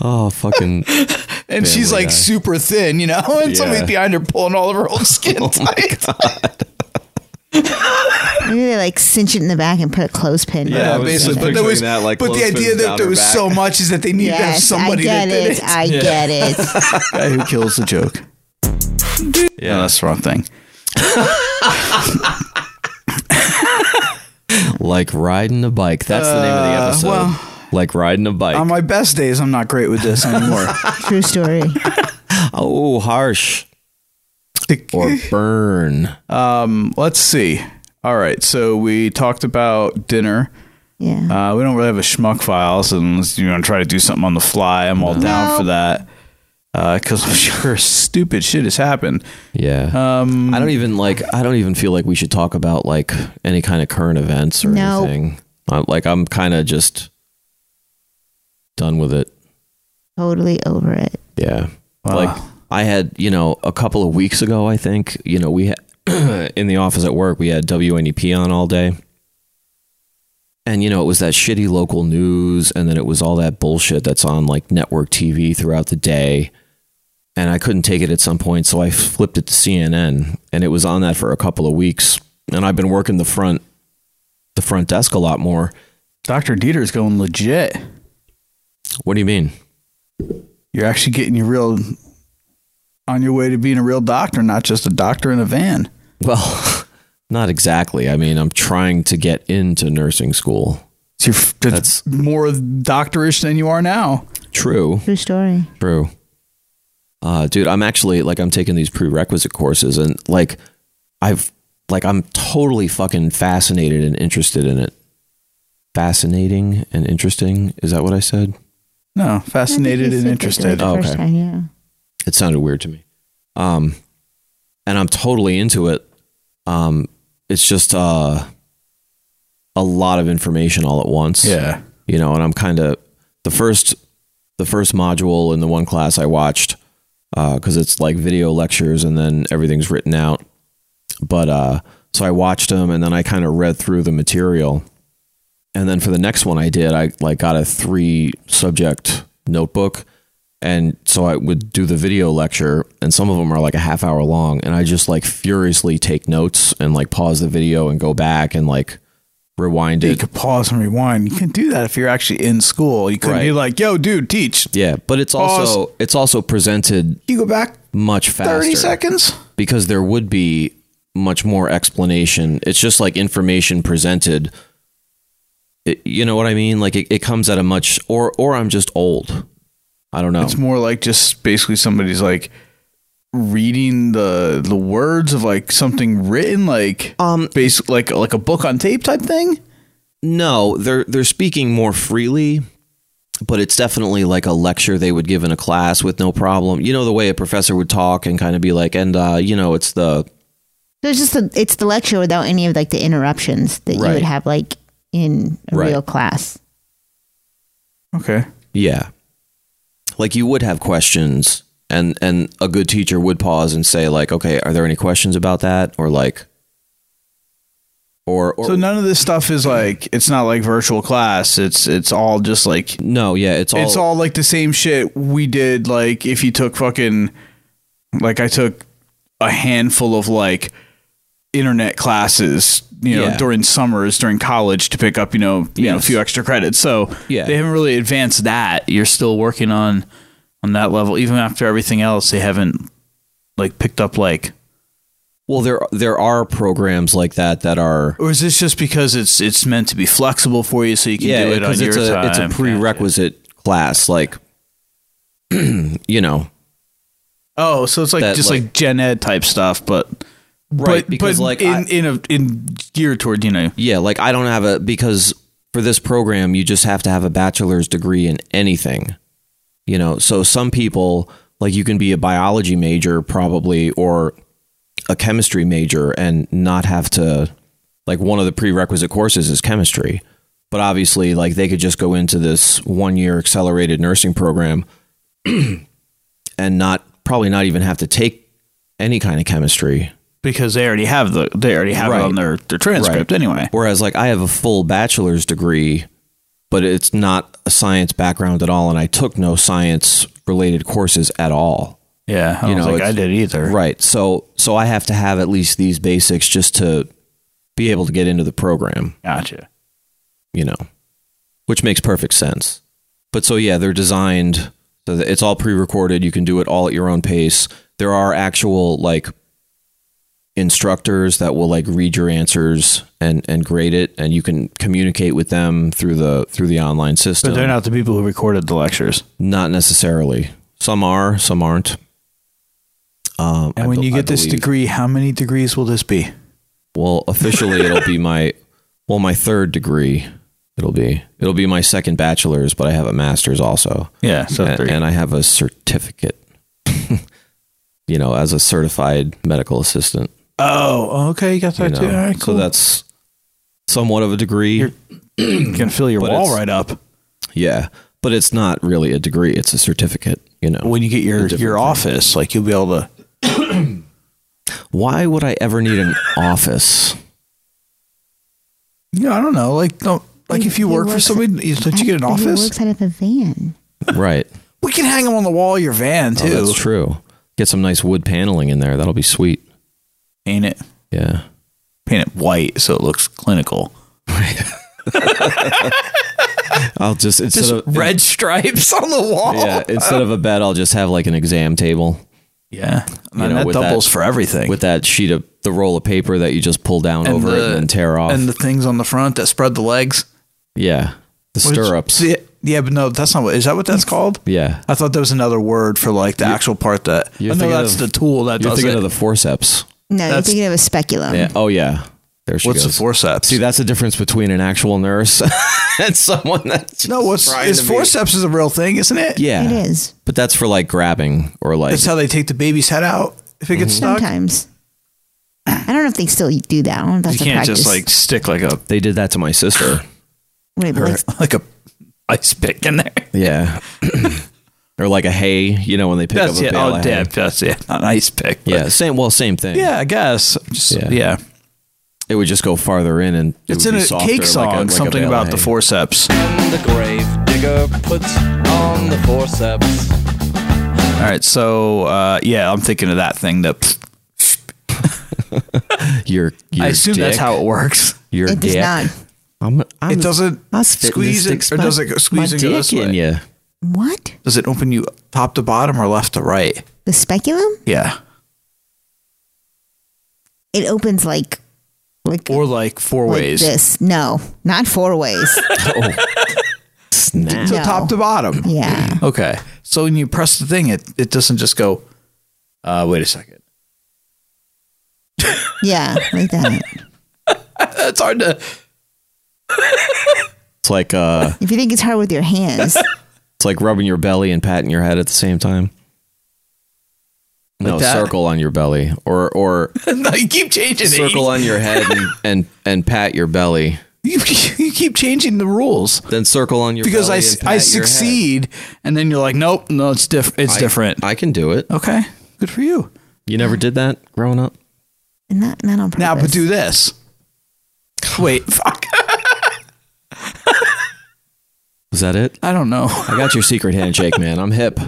Oh, fucking. and she's Family like Guy. super thin, you know, and somebody's Yeah. behind her pulling all of her old skin. Oh my tight. Maybe they like cinch it in the back and put a clothespin. Yeah, around it or basically. something. But there was, but the idea that there was so much is that they need to have Yes, somebody I get that did it. I get it. Guy who kills the joke. Yeah, that's the wrong thing. Like riding a bike. That's the name of the Uh, episode. well- like riding a bike. On my best days, I'm not great with this anymore. True story. oh, harsh. or burn. Um, let's see. All right, so we talked about dinner. Yeah. Uh, we don't really have a schmuck file, so unless you want to try to do something on the fly, I'm all down for that. Because I'm sure stupid shit has happened. Yeah. Um, I don't even like. I don't even feel like we should talk about like any kind of current events or No. anything. i like I'm kind of just done with it. totally over it. Yeah. Like I had, you know, a couple of weeks ago, I think, you know, we had in the office at work, we had WNEP on all day. And, you know, it was that shitty local news. And then it was all that bullshit that's on like network TV throughout the day. And I couldn't take it at some point. So I flipped it to CNN and it was on that for a couple of weeks. And I've been working the front, the front desk a lot more. Dr. Dieter's going legit. What do you mean? You're actually getting your real on your way to being a real doctor, not just a doctor in a van. Well, not exactly. I mean, I'm trying to get into nursing school. That's more doctorish than you are now. True. True story. True. Uh, dude, I'm actually like I'm taking these prerequisite courses and like I've like I'm totally fucking fascinated and interested in it. Fascinating and interesting. Is that what I said? No, fascinated and interested. Oh, okay. First time, yeah. It sounded weird to me. Um and I'm totally into it. Um it's just uh a lot of information all at once. Yeah. You know, and I'm kind of the first the first module in the one class I watched because it's like video lectures and then everything's written out. But uh, so I watched them and then I kind of read through the material. And then for the next one I did, I like got a three subject notebook. And so I would do the video lecture, and some of them are like a half hour long. And I just like furiously take notes and like pause the video and go back and like rewind You it. could pause and rewind. You can do that if you're actually in school. You couldn't be Right. like, "Yo, dude, teach." Yeah, but it's also it's also presented. You go back much faster. 30 seconds? because there would be much more explanation. It's just like information presented. It- you know what I mean? Like it, it comes at a much or or I'm just old. I don't know. It's more like just basically somebody's like reading the the words of like something written, like um, basic like like a book on tape type thing. No, they're they're speaking more freely, but it's definitely like a lecture they would give in a class with no problem. You know the way a professor would talk and kind of be like, and uh, you know, it's the So it's just the, it's the lecture without any of like the interruptions that you Right. would have like in a Right. real class. Okay. Yeah. Like you would have questions and and a good teacher would pause and say like, "Okay, are there any questions about that?" or like or or so none of this stuff is like it's not like virtual class. It's it's all just like no, yeah, it's all it's all like the same shit we did. Like if you took fucking like I took a handful of like internet classes, you know, Yeah. during summers during college to pick up you know you know a Yes. few extra credits. So Yeah. they haven't really advanced that. You're still working on on that level even after everything else. They haven't like picked up like Well, there there are programs like that that are or is this just because it's it's meant to be flexible for you so you can yeah, do it on because your it's a time? it's a prerequisite class like you know. Oh, so it's like That, just like, gen ed type stuff, but Right, but, because, but like, in I- in a in geared toward you know Yeah, like I don't have a because for this program you just have to have a bachelor's degree in anything. You know, so some people like you can be a biology major probably or a chemistry major and not have to like one of the prerequisite courses is chemistry. But obviously like they could just go into this one year accelerated nursing program and not probably not even have to take any kind of chemistry because they already have the they already have it on their their transcript Right. anyway. Whereas, like, I have a full bachelor's degree, but it's not a science background at all, and I took no science related courses at all. Yeah, I don't think I it's- did either. Right. So, so I have to have at least these basics just to be able to get into the program. Gotcha. You know, which makes perfect sense. But so yeah, they're designed so that it's all pre-recorded. You can do it all at your own pace. There are actual like instructors that will like read your answers and and grade it, and you can communicate with them through the through the online system. But they're not the people who recorded the lectures. Not necessarily. Some are, some aren't. Um, And I when be- you I get this believe- degree, how many degrees will this be? Well, officially it'll be my well, my third degree. It'll be it'll be my second bachelor's, but I have a master's also. Yeah, so and, three. and I have a certificate. you know, as a certified medical assistant. Oh, okay, you got you that too. know. All right, cool. So that's somewhat of a degree. you can fill your but wall it's- right up Yeah, but it's not really a degree; it's a certificate. You know, when you get your your office. Like you'll be able to. Why would I ever need an office? Yeah, I don't know. Like don't like if you work for somebody, don't you get an But He office? works out of a van. Right. We can hang them on the wall of your van Oh, too. that's true. Get some nice wood paneling in there. That'll be sweet. Paint it, Yeah. paint it white so it looks clinical. I'll just instead Just of red stripes on the wall. yeah instead of a bed, I'll just have like an exam table. Yeah, and that doubles for everything. With that sheet of the roll of paper that you just pull down over it and then tear off. and the things on the front that spread the legs, yeah, the What is- stirrups. Yeah, yeah, but no, that's not what. Is that what that's called? yeah, I thought that was another word for like the actual part that. I you're know thinking that's of- the tool that you're does thinking it. of the forceps. No, you're That's- thinking of a speculum. Yeah. Oh yeah. There she What's the goes. forceps? See, that's the difference between an actual nurse and someone that's no, what's trying is to be- forceps is a real thing, isn't it? Yeah, It is. But that's for like grabbing or like Mm-hmm. That's how they take the baby's head out if it gets stuck. Sometimes. I don't know if they still do that. I don't know if that's you a can't practice. just like stick like a. They did that to my sister. Wait, but Or, like- like a ice pick in there. Yeah. or like a hay, you know, when they pick That's up a it. bale Oh, of yeah, hay. that's it. Not an ice pick. Yeah, same. Well, same thing. Yeah, I guess. Just- Yeah. yeah. It would just go farther in, and it It's would in a be softer, cake like song, like a something bale of about the hay. forceps. And the grave digger puts on the forceps. All right, so uh, yeah, I'm thinking of that thing that. your, your I assume that's dick. how it works. Your It does dick. not. I'm, I'm, it doesn't I'm spitting squeeze this it, dick or spot- does it my squeeze and go dick this in way? ya. what? Does it open you top to bottom or left to right? The speculum? Yeah, It opens like like or like four like ways. this. No, not four ways. Snap. So No. top to bottom. yeah. Okay, so when you press the thing, it it doesn't just go. Uh, wait a second. Yeah, like that. it's hard to. It's like uh, If you think it's hard with your hands, it's like rubbing your belly and patting your head at the same time. No Like that? circle on your belly, or or no, you keep changing it. circle on your head and, and and pat your belly. You, you keep changing the rules Then circle on your because I, belly s- and pat I your head. succeed, and then you're like, nope, no, it's different. It's I- different. I can do it. Okay, good for you. You never did that growing up. not not on purpose. Now, but do this. Wait, fuck. Was that it? I don't know. I got your secret handshake, man. I'm hip.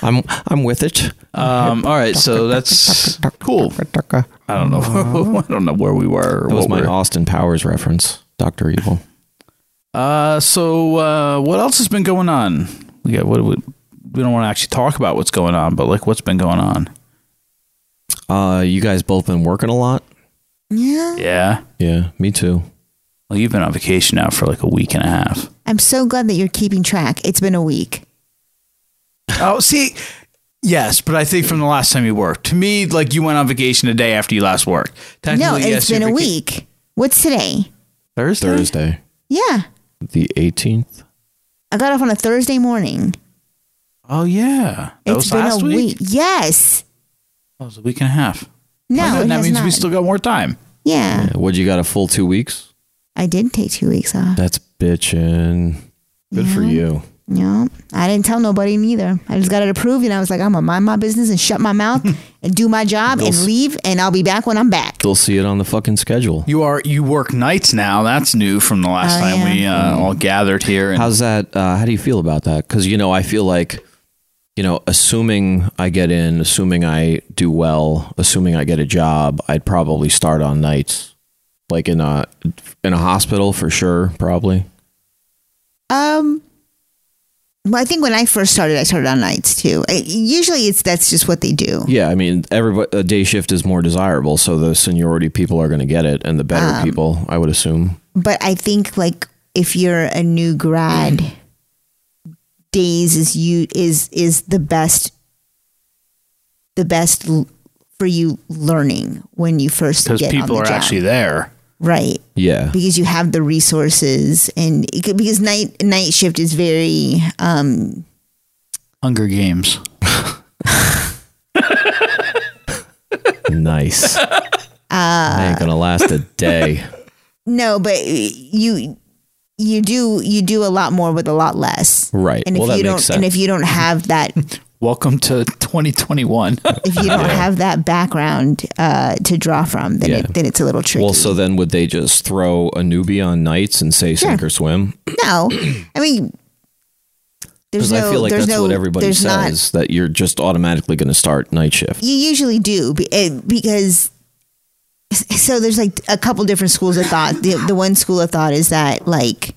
I'm I'm with it. Um, all right, so that's cool. I don't know. I don't know where we were. Or That was what my we're- Austin Powers reference, Doctor Evil. Uh, so uh, what else has been going on? We got what we, we don't want to actually talk about what's going on, but like what's been going on? Uh, you guys both been working a lot. Yeah. Yeah. Yeah, me too. Well, you've been on vacation now for like a week and a half. I'm so glad that you're keeping track. It's been a week. Oh, see, yes, but I think from the last time you worked, to me, like you went on vacation the day after you last worked. No, Technically, yes, it's been your a vaca- week. What's today? Thursday. Thursday, Yeah. the 18th. I got off on a Thursday morning. Oh yeah, that It's was been last a week. week. Yes. That was a week and a half. No, Well, it that has means we not. still got more time. Yeah. Yeah, what you got a full two weeks? I did take two weeks off. That's bitchin'. Good for you. Yeah. I didn't tell nobody neither. I just got it approved and I was like, I'm going to mind my business and shut my mouth and do my job and Those- leave and I'll be back when I'm back. They'll see it on the fucking schedule. You are you work nights now. That's new from the last Oh, time yeah. we uh, all gathered here. And How's that? Uh, how do you feel about that? Because you know, I feel like, you know, assuming I get in, assuming I do well, assuming I get a job, I'd probably start on nights, like in a in a hospital for sure, probably. Um, well, I think when I first started, I started on nights too. I, usually it's that's just what they do. Yeah, I mean, everybody a day shift is more desirable, so the seniority people are going to get it, and the better Um. people, I would assume. But I think like if you're a new grad, days is you is is the best the best l- for you learning when you first because get on people the are job. actually there. right Yeah, because you have the resources and it could, because night night shift is very um Hunger Games. nice. Uh. I ain't gonna last a day. No, but you you do you do a lot more with a lot less. Right. And if Well, that you don't makes and sense. if you don't have that Welcome to 2021. if you don't have that background uh, to draw from, then Yeah. it, then it's a little tricky. Well, so then would they just throw a newbie on nights and say sink or swim? no, I mean, there's Because no. I feel like there's that's no, what everybody there's not- says that you're just automatically going to start night shift. you usually do be- eh, because so there's like a couple different schools of thought the, the one school of thought is that like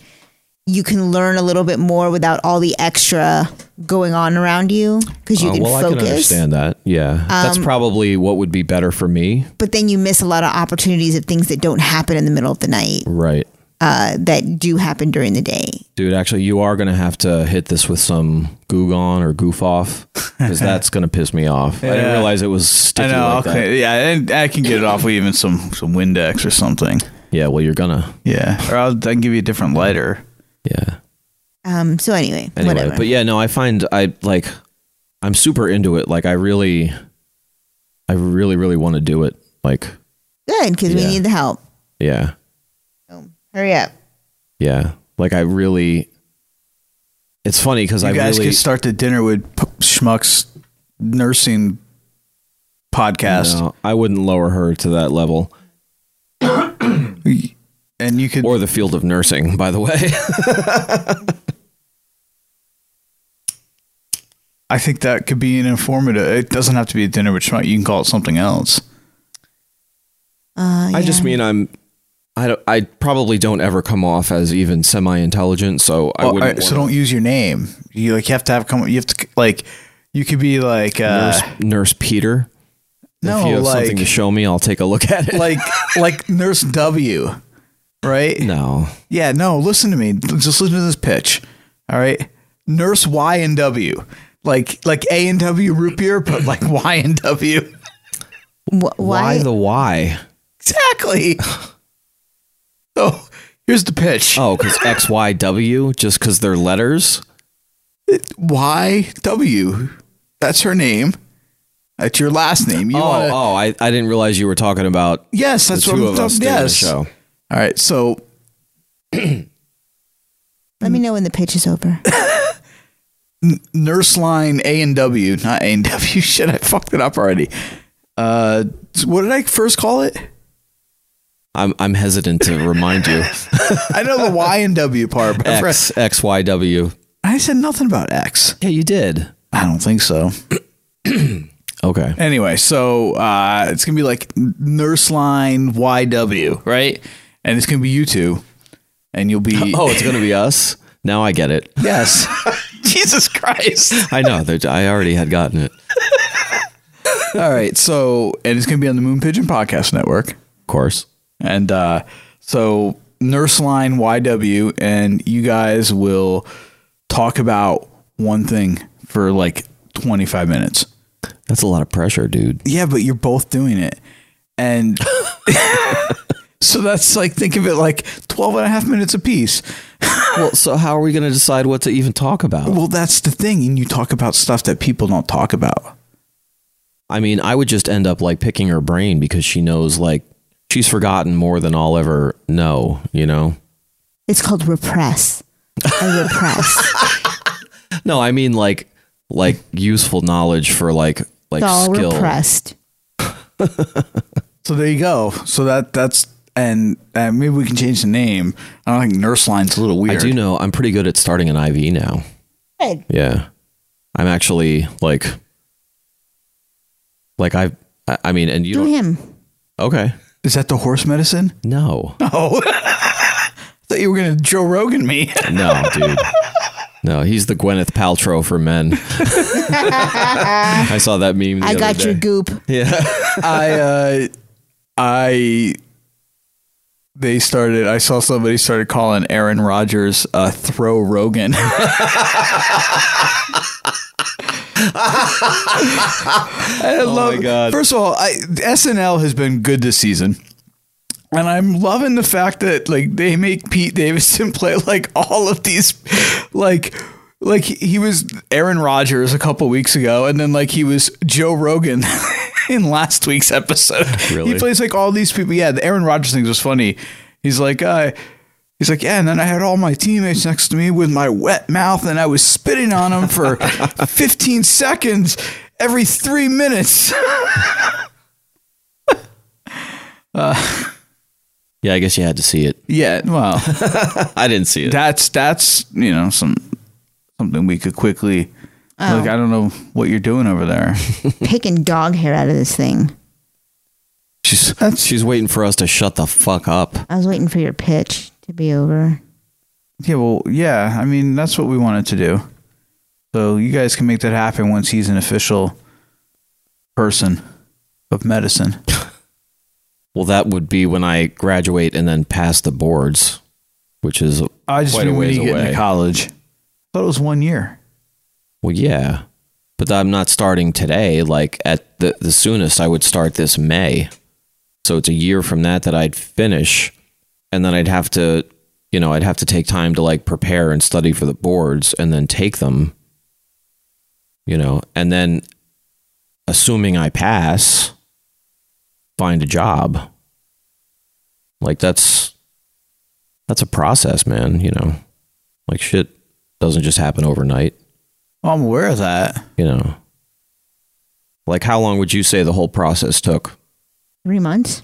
you can learn a little bit more without all the extra going on around you because you Uh, can well, I can focus Um, understand that. Yeah, that's probably what would be better for me. but then you miss a lot of opportunities of things that don't happen in the middle of the night Right, uh, that do happen during the day dude. Actually, you are going to have to hit this with some goo on or goof off because that's going to piss me off. I didn't Yeah. realize it was sticky like that. okay. Yeah, and I can get it off with even some some Windex or something. Yeah, well, you're gonna. Yeah, or I'll, I can give you a different lighter. Yeah. um, so anyway, anyway whatever but yeah no i find i like i'm super into it like i really i really really want to do it like Good, because we Yeah. need the help. Yeah. Hurry up. Yeah. Like I really. It's funny because I you guys really could start the dinner with P- Schmuck's nursing podcast, No, I wouldn't lower her to that level. and you could, or the field of nursing, by the way. I think that could be an informative. It doesn't have to be a dinner with Schmuck. You can call it something else. Uh, I just mean I'm. I don't. I probably don't ever come off as even semi-intelligent, so I Well, wouldn't. alright, so wanna- don't use your name. You like you have to have come. You have to like. You could be like uh, nurse, nurse Peter. No, if you have something like- to show me, I'll take a look at it. like like Nurse W, right? No. Yeah, no. Listen to me. Just listen to this pitch. All right, Nurse Y and W, like like A and W root beer, but like Y and W. Wh- why? the Y? Exactly. Oh, here's the pitch. Oh, because X Y W, just because they're letters. Y W. That's her name. That's your last name. You oh, wanna- oh, I, I didn't realize you were talking about. Yes, that's the what two I'm of us talking- doing the yes. show. All right, so Let me know when the pitch is over. N- nurse line A and W, not A and W. Shit, I fucked it up already. Uh, what did I first call it? I'm I'm hesitant to remind you. I know the Y and W part, but I, forgot- X X Y W. I said nothing about X. Yeah, you did. I don't think so. Okay. Anyway, so uh, it's gonna be like nurse line YW, right? And it's gonna be you two, and you'll be Oh, it's gonna be us. Now I get it. yes. Jesus Christ. I know. that- I already had gotten it. Of All right, so and it's gonna be on the Moon Pigeon Podcast Network, course. and uh, so Nurse Line YW, and you guys will talk about one thing for like twenty five minutes. That's a lot of pressure, dude. Yeah, but you're both doing it, and so that's like think of it like 12 and a half minutes apiece. Well, so how are we going to decide what to even talk about? Well, that's the thing, and you talk about stuff that people don't talk about. I mean, I would just end up like picking her brain because she knows like she's forgotten more than I'll ever know, you know? It's called repress. I repress. No, I mean like like useful knowledge for like it's like all skill. repressed. So there you go. So that that's and uh, maybe we can change the name. I don't think nurse line's a little I weird. do know I'm pretty good at starting an IV now. Good. Yeah. I'm actually like like I I I mean, and you Do don't him. Okay. Is that the horse medicine? No. Oh, I thought you were gonna Joe Rogan me. No, dude. No, he's the Gwyneth Paltrow for men. I saw that meme. The I other got your day. goop. Yeah. I uh I they started I saw somebody started calling Aaron Rodgers uh throw Rogan. I love, God. First of all, I, SNL has been good this season. And I'm loving the fact that like they make Pete Davidson play like all of these like like he was Aaron Rodgers a couple weeks ago and then like he was Joe Rogan in last week's episode. Really? He plays like all these people. Yeah, the Aaron Rodgers thing was funny. He's like uh He's like, yeah, and then I had all my teammates next to me with my wet mouth, and I was spitting on them for 15 seconds every three minutes. Yeah, I guess you had to see it. Yeah, well, I didn't see it. that's that's you know some something we could quickly like i don't know what you're doing over there Picking dog hair out of this thing. she's she's waiting for us to shut the fuck up. I was waiting for your pitch to be over. yeah well yeah i mean that's what we wanted to do so you guys can make that happen once he's an official person of medicine Well, that would be when I graduate and then pass the boards, which is i just quite a mean when ways you get away. into college I thought it was one year well, yeah, but I'm not starting today. Like at the the soonest, I would start this May. So it's a year from that that I'd finish, and then I'd have to, you know, I'd have to take time to like prepare and study for the boards, and then take them. You know, and then, assuming I pass, find a job. Like that's that's a process, man, you know. Like shit doesn't just happen overnight. I'm aware of that. You know. Like how long would you say the whole process took? Three months.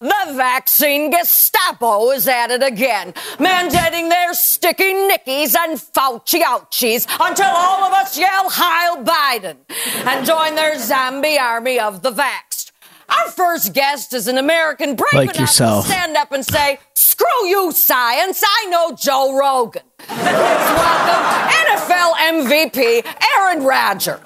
The vaccine Gestapo is at it again, mandating their sticky nickies and Fauci ouchies until all of us yell Heil Biden and join their zombie army of the vaxxed. Our first guest is an American brave Like enough yourself. to stand up and say, "Screw you, science! I know Joe Rogan." Please welcome NFL MVP Aaron Rodgers.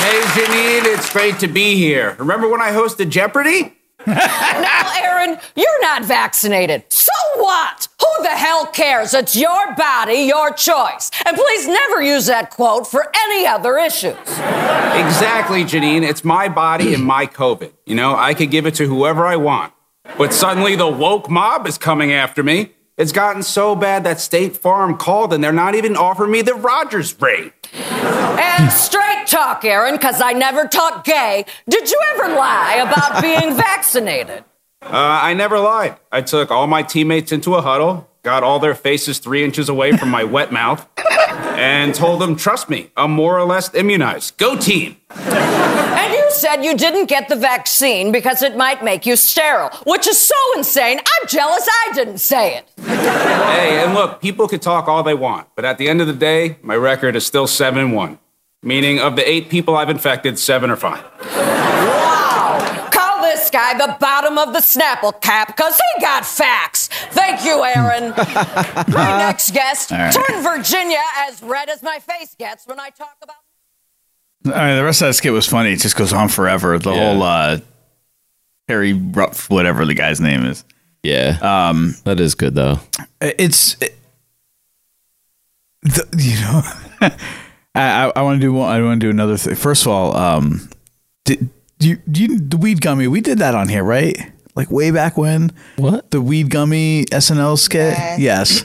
Hey, Janine, it's great to be here. Remember when I hosted Jeopardy? now, Aaron, you're not vaccinated. So what? Who the hell cares? It's your body, your choice. And please never use that quote for any other issues. Exactly, Janine. It's my body and my COVID. You know, I could give it to whoever I want. But suddenly the woke mob is coming after me. It's gotten so bad that State Farm called and they're not even offering me the Rogers rate. And straight talk, Aaron, because I never talk gay. Did you ever lie about being vaccinated? Uh, I never lied. I took all my teammates into a huddle, got all their faces three inches away from my wet mouth, and told them, trust me, I'm more or less immunized. Go team. And you said you didn't get the vaccine because it might make you sterile, which is so insane. I'm jealous I didn't say it. Hey, and look, people could talk all they want, but at the end of the day, my record is still 7 and 1. Meaning, of the eight people I've infected, seven are fine. Call this guy the bottom of the Snapple cap because he got facts. Thank you, Aaron. My next guest Uh-huh. All right. turn Virginia as red as my face gets when I talk about. I mean, the rest of that skit was funny. It just goes on forever. The whole uh Harry Ruff, whatever the guy's name is. Yeah. Um That is good though. it's it- the, you know I I, I want to do one I want to do another thing. First of all, um did you you the weed gummy, we did that on here, right? Like way back when? What? The weed gummy SNL skit? Yes.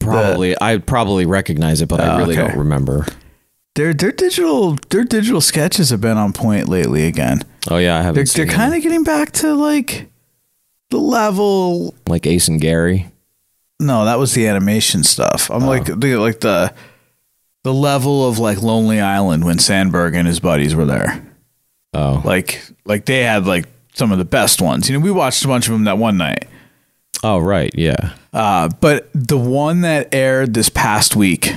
Probably I probably recognize it, but I Oh, really okay. don't remember. Their their digital their digital sketches have been on point lately again. Oh yeah, I haven't They're, seen they're kind of getting back to like the level. it. like Ace and Gary. No, that was the animation stuff. I'm like the like the the level of like Lonely Island when Sandberg and his buddies were there. Oh, like like they had like some of the best ones. You know, we watched a bunch of them that one night. Oh right, yeah. Uh, but the one that aired this past week,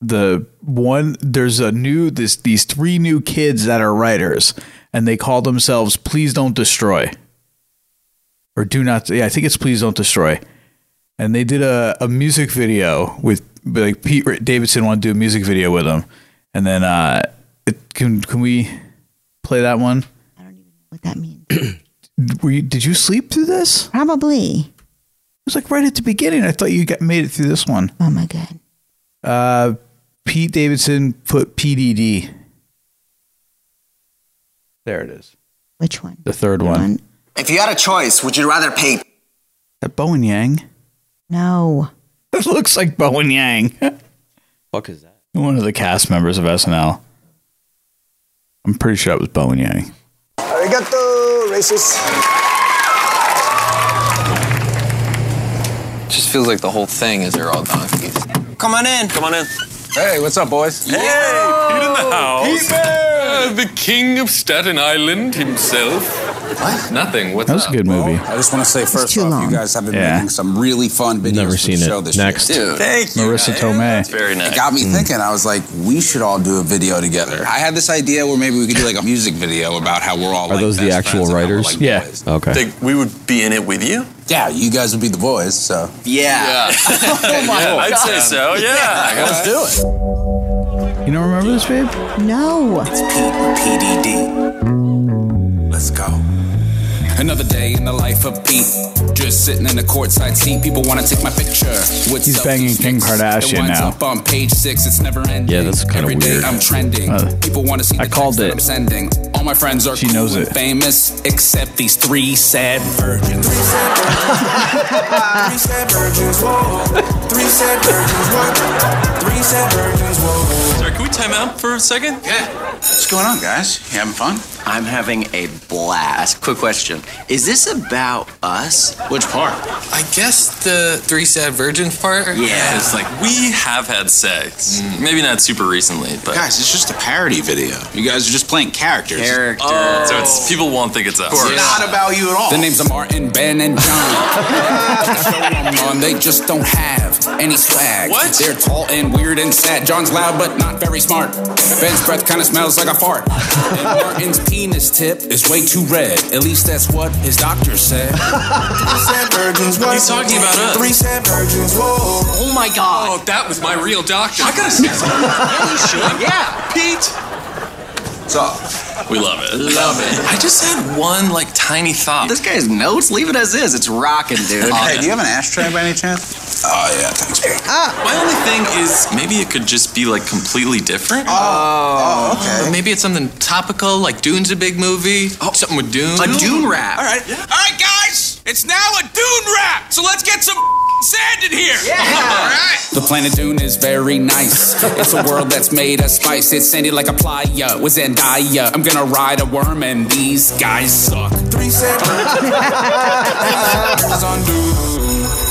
the one there's a new this these three new kids that are writers, and they call themselves "Please Don't Destroy," or "Do Not." Yeah, I think it's "Please Don't Destroy," and they did a, a music video with like Pete Ri- Davidson wanted to do a music video with them, and then uh, it, can can we play that one? I don't even know what that means. Were you, did you sleep through this? Probably. It was like right at the beginning. I thought you got made it through this one. Oh my god. Uh, Pete Davidson put PDD. There it is. Which one? The third one. If you had a choice, would you rather pay? That Bowen Yang. No. It looks like Bowen Yang. Fuck is that? One of the cast members of SNL. I'm pretty sure it was Bowen Yang. Arigato, racist. Just feels like the whole thing is they're all donkeys. Come on in. Come on in. Hey, what's up, boys? Hey, Pete in the house. Uh, the king of Staten Island himself. What? Nothing. What's That was a up? good movie. I just want to say first off, you guys have been Yeah. making some really fun videos Never for seen the it. show this Next. Hmm. year. Dude. Thank you, Marissa guys. Tomei. Very nice. It got me thinking. I was like, we should all do a video together. I had this idea where maybe we could do like a music video about how we're all. Are those the actual writers? Oh. yeah. Okay. we would be in it with you. Yeah, you guys would be the boys. So Yeah. Oh my I'd God. say so. Yeah. let's do it. You don't remember this, babe? No. It's Pete with PDD. Let's go. Another day in the life of Pete. Just sitting in the courtside seat. People want to take my picture. What's He's up? banging Kim Kardashian Winds now. up on page six. It's never ending. Yeah, that's kinda Every day weird. I'm trending. Uh, People want to see I the called texts that it. I'm sending. All my friends are she knows it. famous except these three sad virgins. Three sad virgins, whoa. Three sad virgins, whoa. Three sad virgins, whoa. Sorry, can we time out for a second? Yeah. What's going on, guys? You having fun? I'm having a blast. Quick question Is this about us? Which part? I guess the three sad virgins part. Yeah. It's like we have had sex. Maybe not super recently, but Guys, it's just a parody video. You guys are just playing characters. Characters. so it's people won't think it's us. It's not about you at all. Their names are Martin, Ben, and John. So on, they just don't have any swag. What? They're tall and weird and sad. John's loud but not very smart. Ben's breath kind of smells like a fart. And Martin's penis tip is way too red. At least that's what his doctor said. Three sad virgins, whoa. He's talking about us. Three sad virgins, whoa. Oh my god. Oh, that was my real doctor. I gotta say something. yeah, you should. Yeah, Pete. So, we love it. Love it. I just had one like tiny thought. This guy's notes, leave it as is. It's rocking, dude. Love it. have an ashtray by any chance? Oh, yeah, thanks, bro. My only thing is maybe it could just be like completely different. Oh, okay. Maybe it's something topical, like Dune's a big movie. Oh, something with Dune. A Dune rap. All right. All right, guys, it's now a dune rap. So let's get some sand in here. The planet Dune is very nice. It's a world that's made of spice. It's sandy like a playa with Zendaya. I'm gonna ride a worm and these guys suck. Three sad virgins on dune.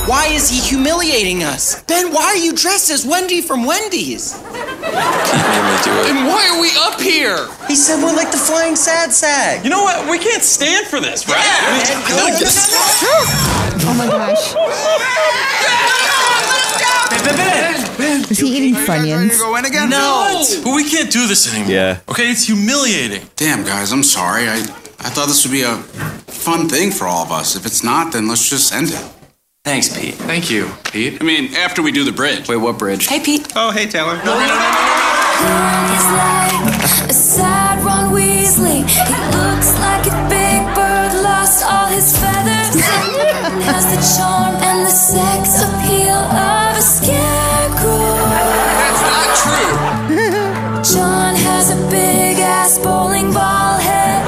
Why is he humiliating us? Ben, why are you dressed as Wendy from Wendy's? And why are we up here? He said we're like the flying sad sack. You know what? We can't stand for this, right? I mean, I gotta get- Oh my gosh. Is he eating Funyuns? No, but we can't do this anymore. Yeah. Okay, it's humiliating. Damn, guys, I'm sorry. I, I thought this would be a fun thing for all of us. If it's not, then let's just end it. Thanks, Pete. Thank you, Pete. I mean, after we do the bridge. Wait, what bridge? Hey, Pete. Oh, hey, Taylor. a sad Ron Weasley. He looks like a big bird, lost all his feathers. Has the charm and the sex appeal of a scarecrow. That's not true. John has a big ass bowling ball head.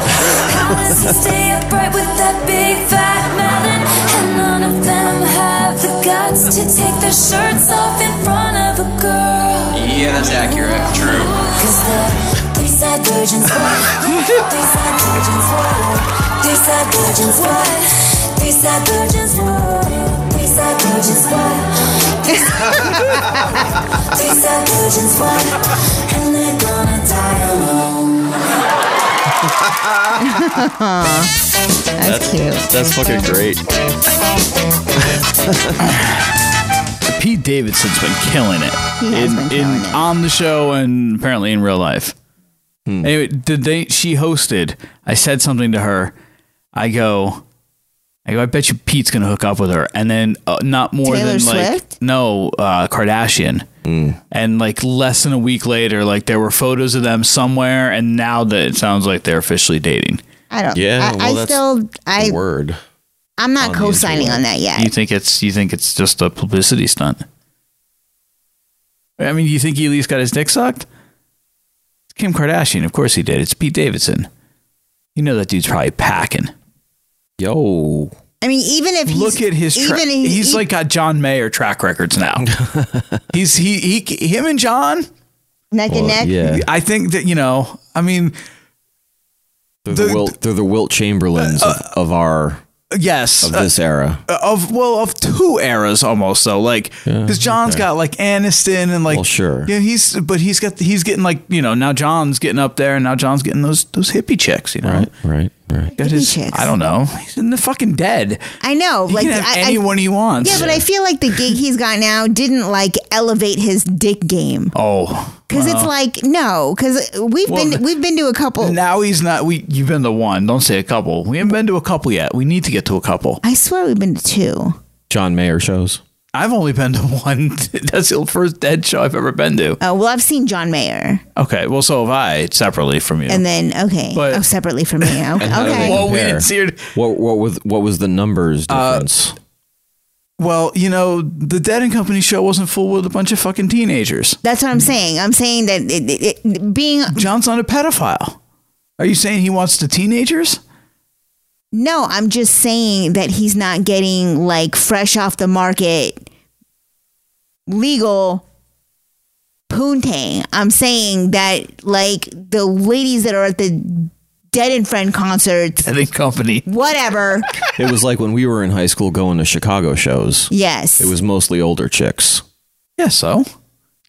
How does he stay upright with that big fat melon? And none of them have the guts to take their shirts off in front of a girl. Yeah, that's accurate. True. Cause the three sad virgins what? Three sad virgins what? Three sad virgins what? Three sad virgins what? Three sad virgins what? Three sad virgins what? And they're gonna die alone. That's cute. That's fucking great. Pete Davidson's been killing it. He has in, been in- on the show and apparently in real life. Anyway, did they she hosted. I said something to her. I go I go, I bet you Pete's gonna hook up with her. And then uh, not more Taylor than like no, uh Kardashian. And like less than a week later, like there were photos of them somewhere, and now that it sounds like they're officially dating. I don't. Yeah, I, well, I that's still. I. Word. I'm not co-signing on that yet. You think it's you think it's just a publicity stunt? I mean, you think he at least got his dick sucked? It's Kim Kardashian, of course he did. It's Pete Davidson. You know that dude's probably packing. Yo. I mean, even if he's, Look at his tra- even if- he's e- like got John Mayer track records now. he's he, he him and John neck and neck. I think that you know, I mean, They're the, Uh, Wilt, they're the Wilt Chamberlains of, of our yes, of this era. uh, of well of two eras almost though like because John's okay. got like Aniston and like Well, sure. yeah he's but he's got he's getting like you know now John's getting up there and now John's getting those those hippie chicks you uh, know right right right got his, I don't know he's in the fucking dead I know. He like can have I, I- anyone he wants. Yeah, but I feel like the gig he's got now didn't like elevate his dick game. oh Because it's well. like no, because we've Well, been we've been to a couple. now he's not we you've been to one don't say a couple we haven't been to a couple yet we need to get to a couple I swear we've been to two. John Mayer shows. I've only been to one. That's the first dead show I've ever been to. Oh well, I've seen John Mayer, Okay, well, so have I separately from you. and then okay, oh separately from me. Okay, okay. What what was what was the numbers Uh, difference? well, you know, the Dead and Company show wasn't full with a bunch of fucking teenagers. That's what I'm saying. I'm saying that it, it, it, being John's not a pedophile. Are you saying he wants the teenagers? No, I'm just saying that he's not getting like fresh off the market legal poontang. I'm saying that like the ladies that are at the Dead and Friend concerts, Dead and Company. whatever. it was like when we were in high school going to Chicago shows. Yes. It was mostly older chicks. Yeah, so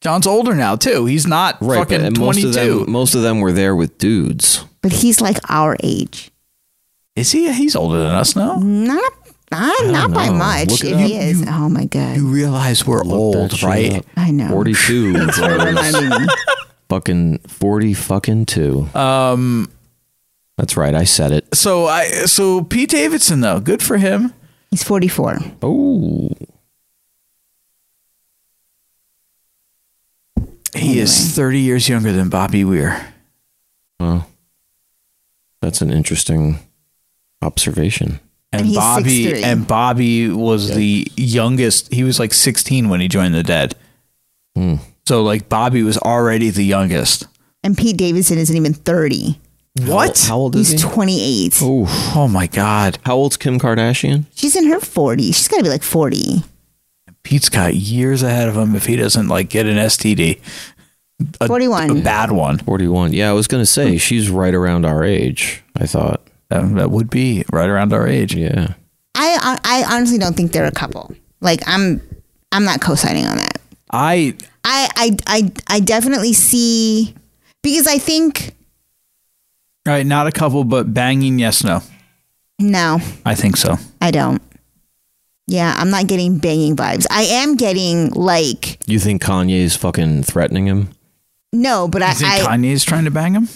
John's older now too. He's not fucking and most twenty of them two. most of them were there with dudes. but he's like our age. Is he? He's older than us now. Not not, not by know. much. Look it If he up. is, oh my god, You realize we're old, right? I know. Forty two. fucking forty fucking two. Um. That's right. I said it. So I so Pete Davidson though, good for him. He's forty four. Oh. He is thirty years younger than Bobby Weir. Well, uh, that's an interesting observation. And, And he's Bobby 6'3". and Bobby was the youngest. He was like sixteen when he joined the Dead. So like Bobby was already the youngest. and Pete Davidson isn't even thirty. What? How, old He's twenty eight. Oh, oh my God! How old's Kim Kardashian? She's in her 40s. She's got to be like 40. Pete's got years ahead of him if he doesn't like get an STD. A- 41. a bad one. Forty-one. Yeah, I was gonna say she's right around our age. I thought that, that would be right around our age. Yeah. I, I I honestly don't think they're a couple. Like I'm I'm not co-signing on that. I I I I, I definitely see because I think all right, not a couple, but banging. Yes, no. no, I think so. I don't. Yeah, I'm not getting banging vibes. I am getting like You think Kanye's fucking threatening him? no, but I, You think I Kanye's trying to bang him?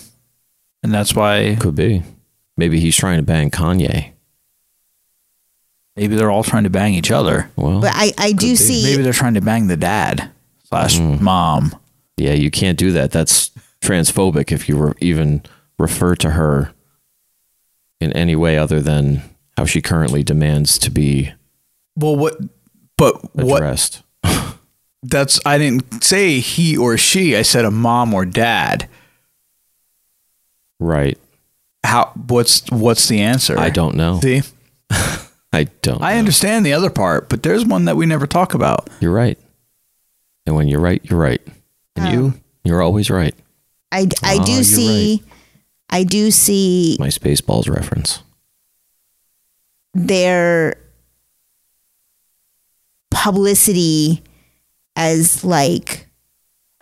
And that's why could be. Maybe he's trying to bang Kanye. Maybe they're all trying to bang each other. Well, but I I do see maybe they're trying to bang the dad slash mom. Yeah, you can't do that. That's transphobic if you re- even refer to her in any way other than how she currently demands to be Well, what? But addressed. That's I didn't say he or she. I said a mom or dad. Right. How? What's What's the answer? I don't know. See, I don't. I understand the other part, but there's one that we never talk about. You're right. And when you're right, you're right. And Oh. you, you're always right. I I Ah, do you're see I do see My Spaceballs reference. their publicity as like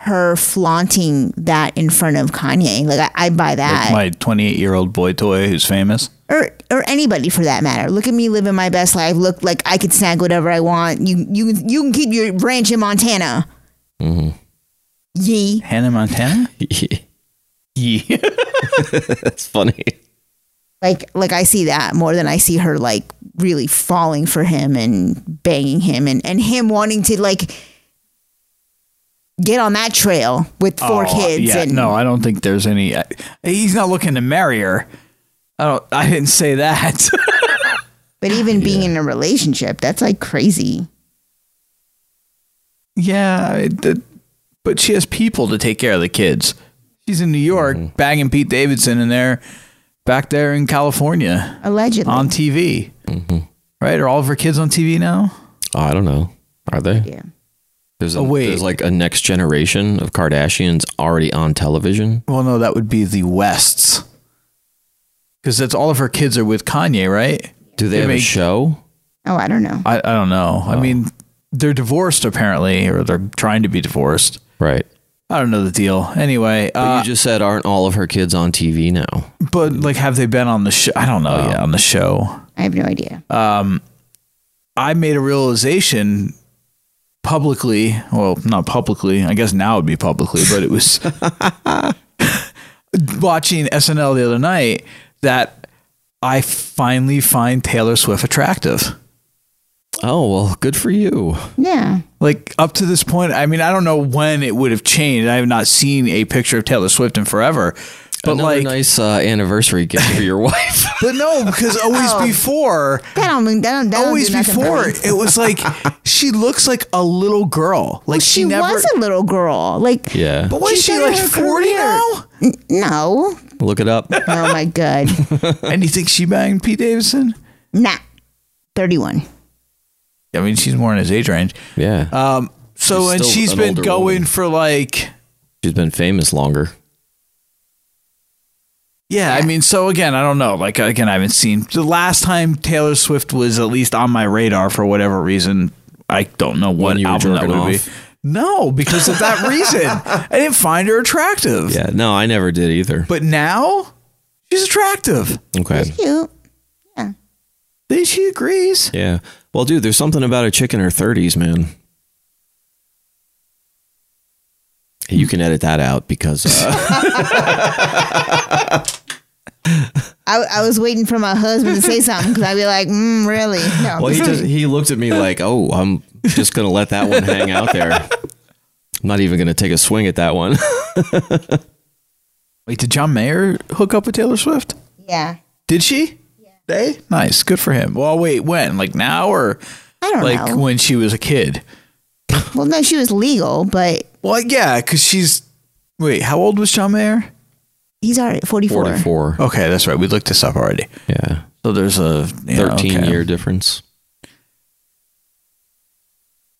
her flaunting that in front of Kanye. Like I, I buy Like that. my 28 year old boy toy who's famous. or or anybody for that matter. Look at me living my best life. Look like I could snag whatever I want. You you you can keep your branch in Montana. Mm-hmm. Yee. Hannah Montana. yeah, that's funny. Like like I see that more than I see her like really falling for him and banging him and and him wanting to like get on that trail with four four kids Oh, Yeah, and no, I don't think there's any. I, he's not looking to marry her. I don't. I didn't say that. But even being in a relationship, that's like crazy. yeah, I- the- but she has people to take care of the kids. She's in New York, banging Pete Davidson in there, back there in California Allegedly. on TV. Right? Are all of her kids on TV now? I don't know. Are they? Yeah. There's, a, Oh, wait. there's like a next generation of Kardashians already on television. Well, no, that would be the Wests, because that's all of her kids are with Kanye, right? Do they, have a make- show? Oh, I don't know. I, I don't know. I mean, they're divorced apparently, or they're trying to be divorced. Right. I don't know the deal. Anyway, But uh, you just said aren't all of her kids on TV now? but like, have they been on the show? I don't know. yeah, on the show. I have no idea. Um, I made a realization publicly. Well, not publicly. I guess now it'd be publicly, but it was watching SNL the other night that I finally find Taylor Swift attractive. Oh well, good for you. Yeah. Like up to this point, I mean, I don't know when it would have changed. I have not seen a picture of Taylor Swift in forever. But Another like, nice uh, anniversary gift for your wife. but no, because always before, That don't mean that Oh. don't. That always don't do nothing for before, me. it was like she looks like a little girl. Like she, she never was a little girl. Like Yeah. But what is she, like, 40 now? No. Look it up. Oh my god. and you think she banged Pete Davidson? Nah. Thirty-one. I mean, she's more in his age range. Yeah. Um. So She's and still she's an been older going woman. for like She's been famous longer. Yeah, I mean, so again, I don't know. Like again, I haven't seen the last time Taylor Swift was at least on my radar for whatever reason. I don't know what When you were album that would jerking be. off? No, because of that reason, I didn't find her attractive. Yeah. No, I never did either. But now she's attractive. Okay. Cute. Then She agrees. Yeah. Well, dude, there's something about a chick in her 30s, man. You can edit that out because uh, I, I was waiting for my husband to say something because I'd be like, mm, really? No. well, he just he looked at me like, "Oh, I'm just gonna let that one hang out there. I'm not even gonna take a swing at that one." Wait, did John Mayer hook up with Taylor Swift? yeah. Did she? Yeah. They? Nice. Good for him. Well, wait, when? Like now or I don't like know. when she was a kid? Well, no, she was legal, but Well, yeah, because she's. Wait, how old was John Mayer? he's already 44. Okay, that's right. We looked this up already. Yeah. So there's a you know, 13 okay. year difference.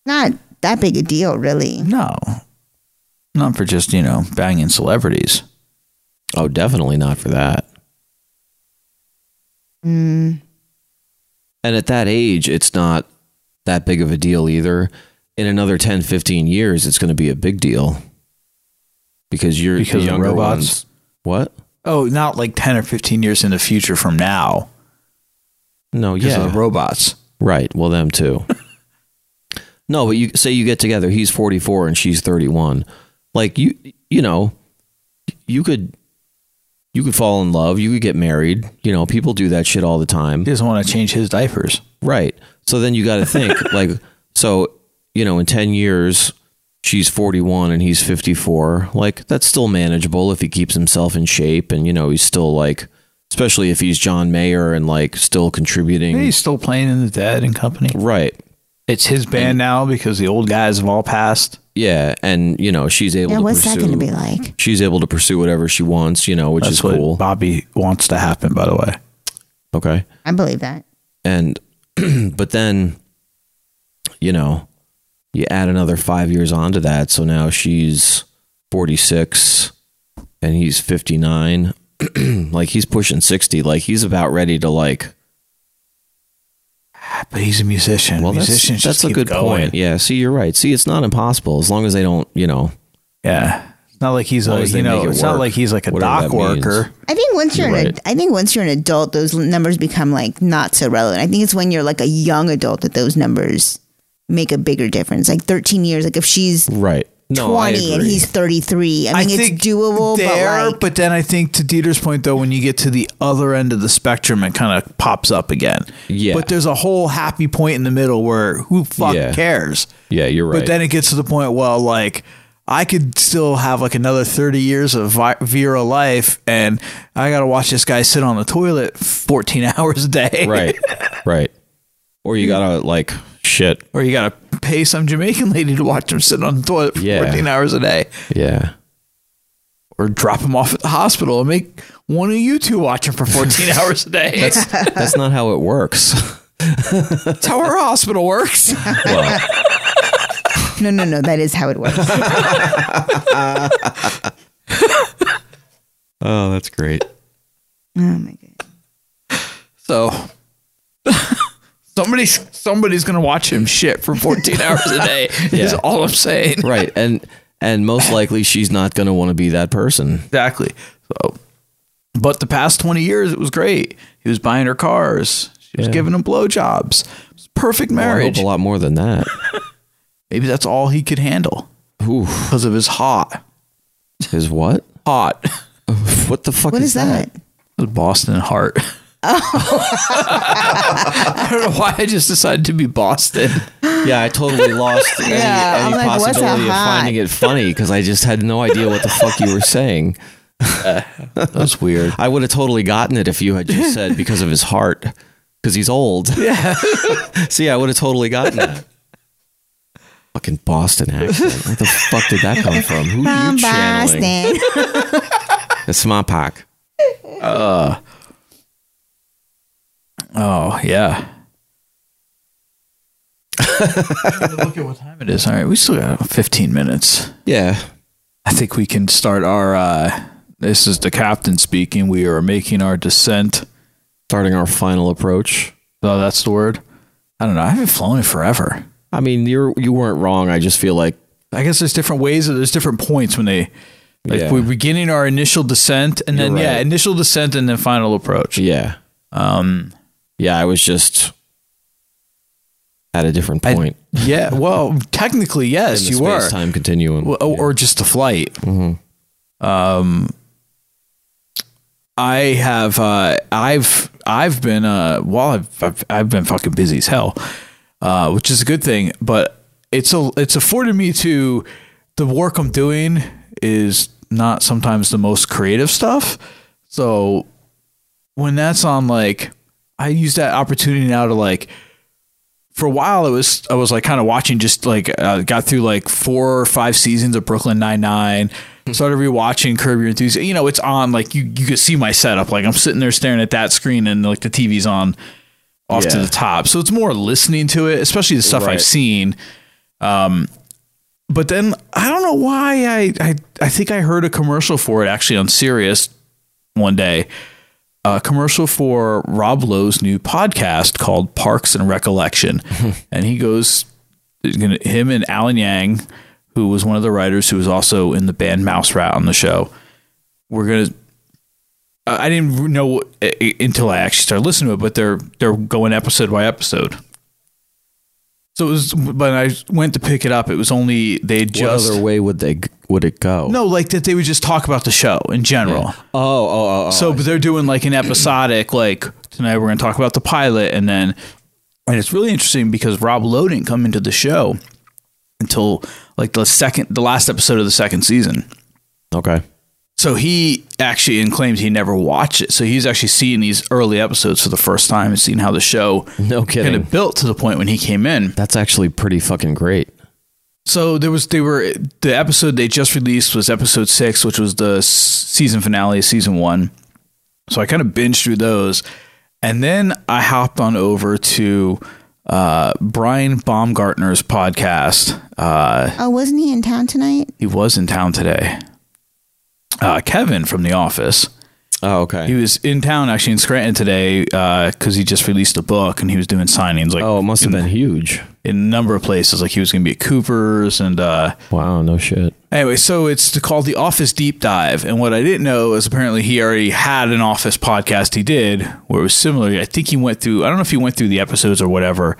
Not that big a deal, really. No. Not for just, you know, banging celebrities. Oh, definitely not for that. Mm. And at that age, it's not that big of a deal either. In another 10, 15 years, it's going to be a big deal because you're Because the of younger robots? ones. What? Oh, not like 10 or 15 years in the future from now. No, Because yeah, of robots. right. Well, them too. no, but you say you get together. He's forty four and she's thirty one. Like you, you know, you could, you could fall in love. You could get married. You know, people do that shit all the time. He doesn't want to change his diapers. Right. So then you got to think like so you know in 10 years she's 41 and he's 54. Like that's still manageable if he keeps himself in shape and you know he's still like especially if he's John Mayer and like still contributing. He's still playing in the dead and company. Right. It's his band now because the old guys have all passed. Yeah, and you know she's able Yeah, to what's that pursue going to be like? She's able to pursue whatever she wants, you know, which That's is what cool. Bobby wants to happen, by the way. Okay. I believe that. and but then you know you add another five years onto that so now she's 46 and he's 59 like he's pushing 60 like he's about ready to like But he's a musician. well that's, Musicians that's just a keep good going. point yeah see you're right see it's not impossible as long as they don't you know Yeah. It's not like he's As long a, as you they know, make it it's not work, like he's like a whatever dock that means. worker. I think once you're, You're an, right. ad- I think once you're an adult, those l- numbers become like not so relevant. I think it's when you're like a young adult that those numbers make a bigger difference. Like 13 years, like if she's right no I 20 and agree. he's 33. I mean, it's doable, there, but like, then I think to Dieter's point though, when you get to the other end of the spectrum, it kind of pops up again. Yeah. But there's a whole happy point in the middle where who fuck Yeah. cares? yeah you're right But then it gets to the point well, like I could still have like another thirty years of vi- Vera life, and I gotta watch this guy sit on the toilet fourteen hours a day, right right or you gotta like shit or you gotta pay some Jamaican lady to watch him sit on the toilet for Yeah. fourteen hours a day. yeah or drop him off at the hospital and make one of you two watch him for 14 hours a day. That's, that's not how it works how our hospital works. well no, no, no, that is how it works. oh that's great Oh my god. So somebody's somebody's gonna watch him shit for 14 hours a day. Is Yeah. all I'm saying. right and and most likely she's not going to want to be that person Oh, Exactly. So, but the past 20 years, it was great. He was buying her cars. She was Yeah. giving him blowjobs. It was Perfect Well, I hope marriage. a lot more than that Maybe that's all he could handle Oof. because of his hot, his what hot, what the fuck What is is that? Boston heart. I don't know why I just decided to be Boston. Yeah, I totally lost any, Yeah, any I'm like, what's possibility of a hot? finding it funny because I just had no idea what the fuck you were saying. That's weird. I would have totally gotten it if you had just said because of his heart, because he's old. Yeah. See, I would have totally gotten that. Fucking Boston accent. Where the fuck did that come from? Who are From you channeling? Boston. It's my pack. Uh, oh, yeah. look at what time it is. All right, we still got 15 minutes. Yeah. I think we can start our. Uh, this is the captain speaking. We are making our descent. Starting our final approach. Oh, that's the word? I don't know. I haven't flown in forever. I mean, you're you weren't wrong. I just feel like I guess there's different ways. There's different points when they like Yeah. we're beginning our initial descent, and then You're yeah, right. initial descent, and then final approach. Yeah. Um. Yeah, I was just at a different I- point. Yeah. Well, technically, yes, in the you were. time continuum. Well, oh, or, or just a flight. Mm-hmm. Um, I have uh, I've I've been uh, well, I've, I've I've been fucking busy as hell, uh, which is a good thing. But it's a it's afforded me to the work I'm doing is not sometimes the most creative stuff. So when that's on, like I use that opportunity now to like for a while it was I was like kind of watching just like uh, got through like four or five seasons of Brooklyn Nine Nine. Started rewatching Curb Your Enthusiasm. You know, it's on like you you could see my setup. Like I'm sitting there staring at that screen and like the TV's on off to Yeah. the top. So it's more listening to it, especially the stuff Right. I've seen. Um but then I don't know why I, I I think I heard a commercial for it actually on Sirius one day. A commercial for Rob Lowe's new podcast called Parks and Recollection, and he goes, him and Alan Yang, who was one of the writers who was also in the band Mouse Rat on the show. We're gonna I I didn't know i- i- until I actually started listening to it, but they're they're going episode by episode. So it was when I went to pick it up, it was only they What just other way would they g- would it go? no like that they would just talk about the show in general. Oh, oh, oh, oh. So, but they're doing like an episodic, like tonight we're going to talk about the pilot, and then, and it's really interesting because Rob Lowe didn't come into the show until like the second, the last episode of the second season. Okay. So he actually and claims he never watched it. So he's actually seeing these early episodes for the first time and seeing how the show No kidding. kind of built to the point when he came in. That's actually pretty fucking great. So there was they were the episode they just released was episode six, which was the s- season finale of season one. So I kind of binged through those, and then I hopped on over to uh, Brian Baumgartner's podcast. Uh, Oh, wasn't he in town tonight? he was in town today. Uh, Kevin from The Office. Oh, okay. He was in town actually in Scranton today because he just released a book and he was doing signings. Like, oh, it must have been huge in a number of places. Like he was going to be at Cooper's and uh, wow, no shit. Anyway, so it's called the Office Deep Dive, and what I didn't know is apparently he already had an Office podcast he did where it was similar. I think he went through. I don't know if he went through the episodes or whatever,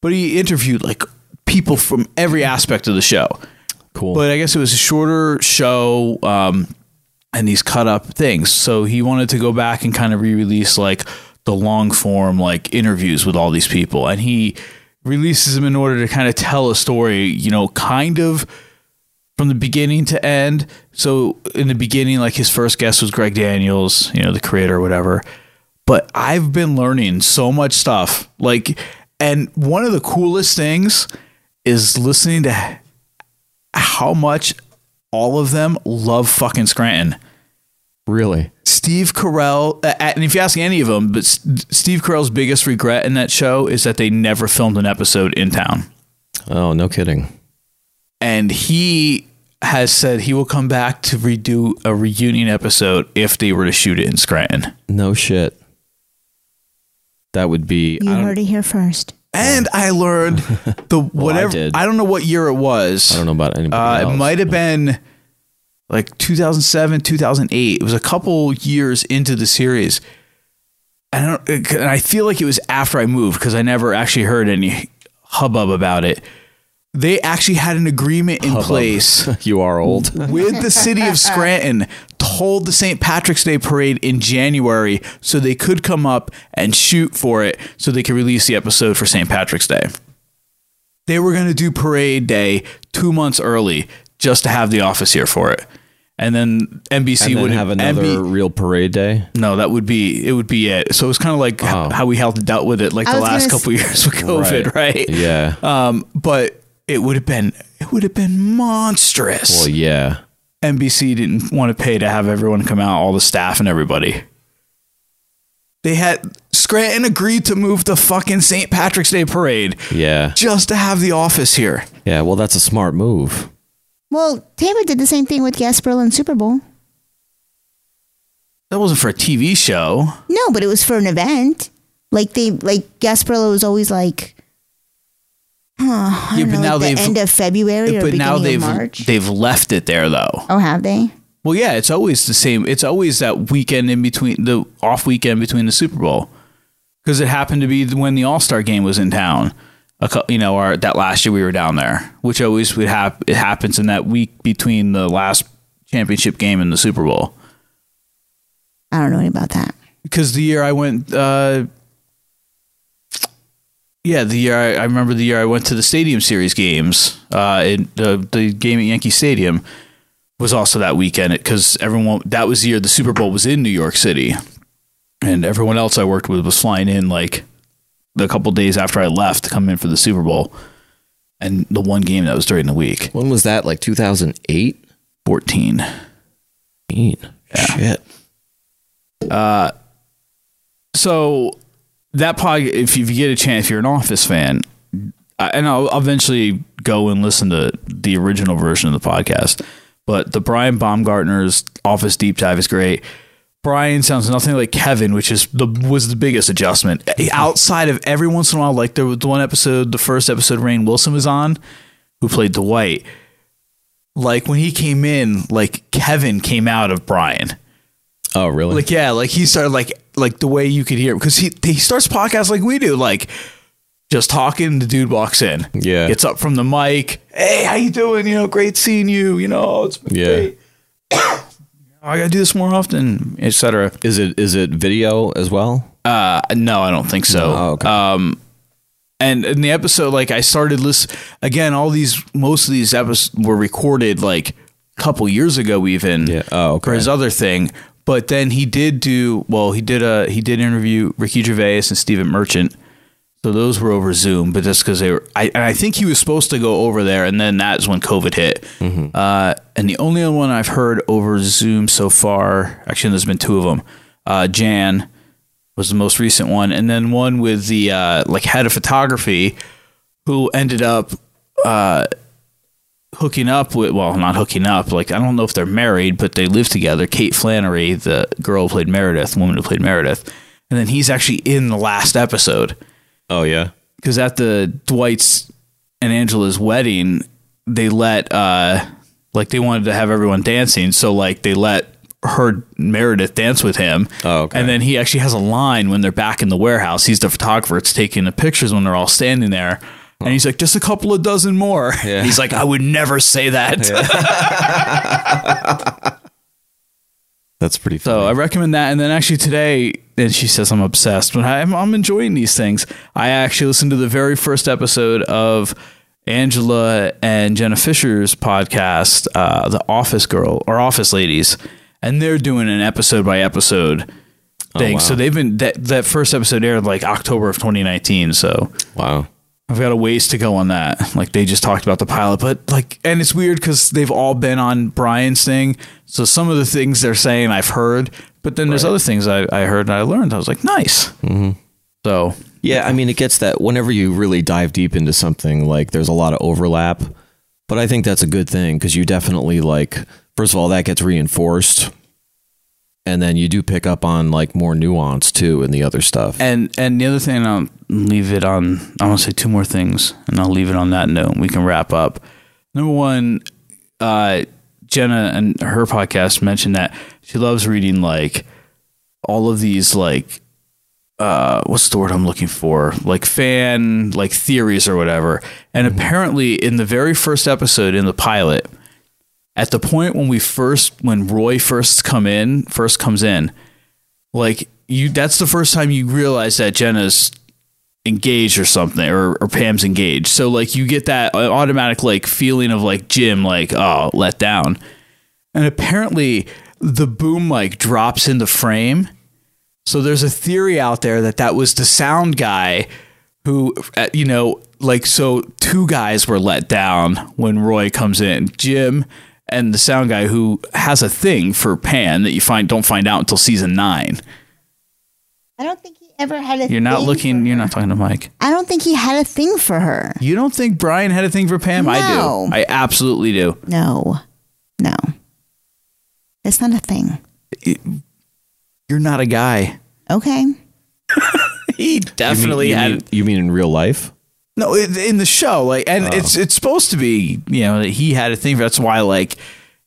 but he interviewed like people from every aspect of the show. Cool. But I guess it was a shorter show, um, and these cut up things. So he wanted to go back and kind of re-release like the long form like interviews with all these people, and he releases them in order to kind of tell a story. You know, kind of from the beginning to end. So in the beginning, like his first guest was Greg Daniels, you know, the creator or whatever. But I've been learning so much stuff. Like, and one of the coolest things is listening to how much all of them love fucking Scranton. Really? Steve Carell, uh, and if you ask any of them, but S- Steve Carell's biggest regret in that show is that they never filmed an episode in town Oh, no kidding. and he has said he will come back to redo a reunion episode if they were to shoot it in Scranton. No shit. That would be. You I don't, heard it here first. And I learned the whatever did. I, don't know what year it was. I don't know about anybody Uh, it else. might have been like 2007, 2008. It was a couple years into the series. I don't. And I feel like it was after I moved because I never actually heard any hubbub about it. They actually had an agreement in place you are old. with the city of Scranton to hold the St. Patrick's Day parade in January so they could come up and shoot for it so they could release the episode for St. Patrick's Day. They were going to do parade day two months early just to have the office here for it. And then NBC And then would have another real parade day. No, that would be it. Would be it. So it was kind of like h- Oh. how we held dealt with it, like I the was last gonna couple s- years with COVID, right? Yeah. Um, but it would have been it would have been monstrous. Well, yeah. NBC didn't want to pay to have everyone come out, all the staff and everybody. They had Scranton agreed to move the fucking St. Patrick's Day parade Yeah. just to have the office here. Yeah. Well, that's a smart move. Well, Tampa did the same thing with Gasparilla and Super Bowl. That wasn't for a TV show. No, but it was for an event. Like they like Gasparilla was always like, huh, I Yeah, don't but know, now like the they've- end of February or but beginning now they've of March. they've left it there though. Oh, have they? Well, yeah, it's always the same. It's always that weekend in between the off weekend between the Super Bowl because it happened to be when the All Star game was in town. A cou- you know, our that last year we were down there, which always would happen. It happens in that week between the last championship game and the Super Bowl. I don't know any about that. Because the year I went, uh, yeah, the year I, I remember the year I went to the Stadium Series games, uh, in the the game at Yankee Stadium was also that weekend because everyone that was the year the Super Bowl was in New York City, and everyone else I worked with was flying in like a couple days after I left to come in for the Super Bowl, and the one game that was during the week. When was that? Like 2008? 14. Shit. Uh, so that pod, if you if you get a chance, if you're an Office fan, I, and I'll eventually go and listen to the original version of the podcast. But the Brian Baumgartner's Office deep dive is great. Brian sounds nothing like Kevin, which is the was the biggest adjustment outside of every once in a while. Like there was one episode, the first episode, Rain Wilson was on, who played Dwight. Like when he came in, like Kevin came out of Brian. Oh, really? Like yeah, like he started like like the way you could hear because he he starts podcasts like we do, like just talking. The dude walks in, Yeah. gets up from the mic. Hey, how you doing? You know, great seeing you. You know, it's been Yeah. great. Oh, I gotta do this more often, etc. Is it is it video as well? Oh, Uh, no, I don't think so. Uh, Um, and in the episode, like I started list again. All these, most of these episodes were recorded like a couple years ago, even. Yeah. Oh, For his other thing, but then he did do well. He did a he did interview Ricky Gervais and Stephen Merchant. So those were over Zoom, but that's because they were. I and I think he was supposed to go over there, and then that's when COVID hit. Uh, and the only other one I've heard over Zoom so far, actually, there's been two of them. Uh, Jan was the most recent one, and then one with the uh, like head of photography, who ended up uh, hooking up with well, not hooking up. Like I don't know if they're married, but they live together. Kate Flannery, the girl who played Meredith, woman who played Meredith, and then he's actually in the last episode Oh, yeah. because at the Dwight's and Angela's wedding, they let uh like they wanted to have everyone dancing, so like they let her Meredith dance with him. Oh, okay. And then he actually has a line when they're back in the warehouse. He's the photographer. It's taking the pictures when they're all standing there. And he's like, just a couple of dozen more. He's like, I would never say that. That's pretty So I recommend that. And then actually today, and she says I'm obsessed, but I'm, I'm enjoying these things. I actually listened to the very first episode of Angela and Jenna Fisher's podcast, uh, The Office Girl or Office Ladies, and they're doing an episode by episode thing. wow. So they've been that that first episode aired like October of 2019. So wow. I've got a ways to go on that. Like they just talked about the pilot, but like, and it's weird because they've all been on Brian's thing. So some of the things they're saying I've heard, but then there's other things I, I heard and I learned. I was like, nice. Mm-hmm. So Yeah, I mean, it gets that whenever you really dive deep into something, like there's a lot of overlap. But I think that's a good thing because you definitely like, first of all, that gets reinforced, and then you do pick up on like more nuance too in the other stuff. And and the other thing, I'll leave it on. I want to say two more things, and I'll leave it on that note. and We can wrap up. Number one, uh, Jenna and her podcast mentioned that she loves reading like all of these like uh, what's the word I'm looking for? Like fan like theories or whatever. And apparently, in the very first episode in the pilot, at the point when we first when Roy first come in, first comes in, like you that's the first time you realize that Jenna's engaged or something or, or Pam's engaged. So like you get that uh, automatic like feeling of like Jim like oh let down. And apparently the boom mic drops into frame. So there's a theory out there that that was the sound guy who uh, you know like so two guys were let down when Roy comes in. Jim and the sound guy who has a thing for Pan that you find don't find out until season 9. I don't think he ever had a You're not thing looking you're not talking to Mike. I don't think he had a thing for her. You don't think Brian had a thing for Pam? I No. do. I absolutely do. No. No. That's not a thing. You're not a guy. Okay. He definitely you had mean, you mean, you mean in real life? No, in in the show, like, and it's it's supposed to be, you know, that he had a thing. That's why, like,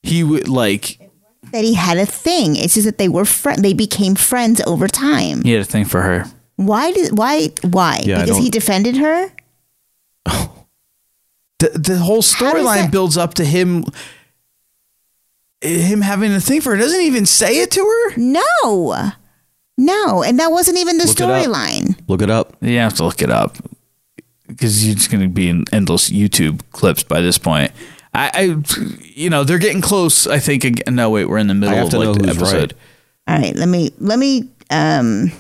he would like That he had a thing. It's just that they were friend. They became friends over time. he had a thing for her. Why did why why? Yeah, I because he don't- defended her. The the whole storyline builds up to him, him having a thing for her. Doesn't he even say it to her. No, no, and that wasn't even the Look it up. storyline. Look it up. You have to look it up because you're just going to be in endless YouTube clips by this point. I, I, you know, they're getting close. I think. ag- No, wait, we're in the middle have of to know like the who's right. episode. All right, let me let me. Um,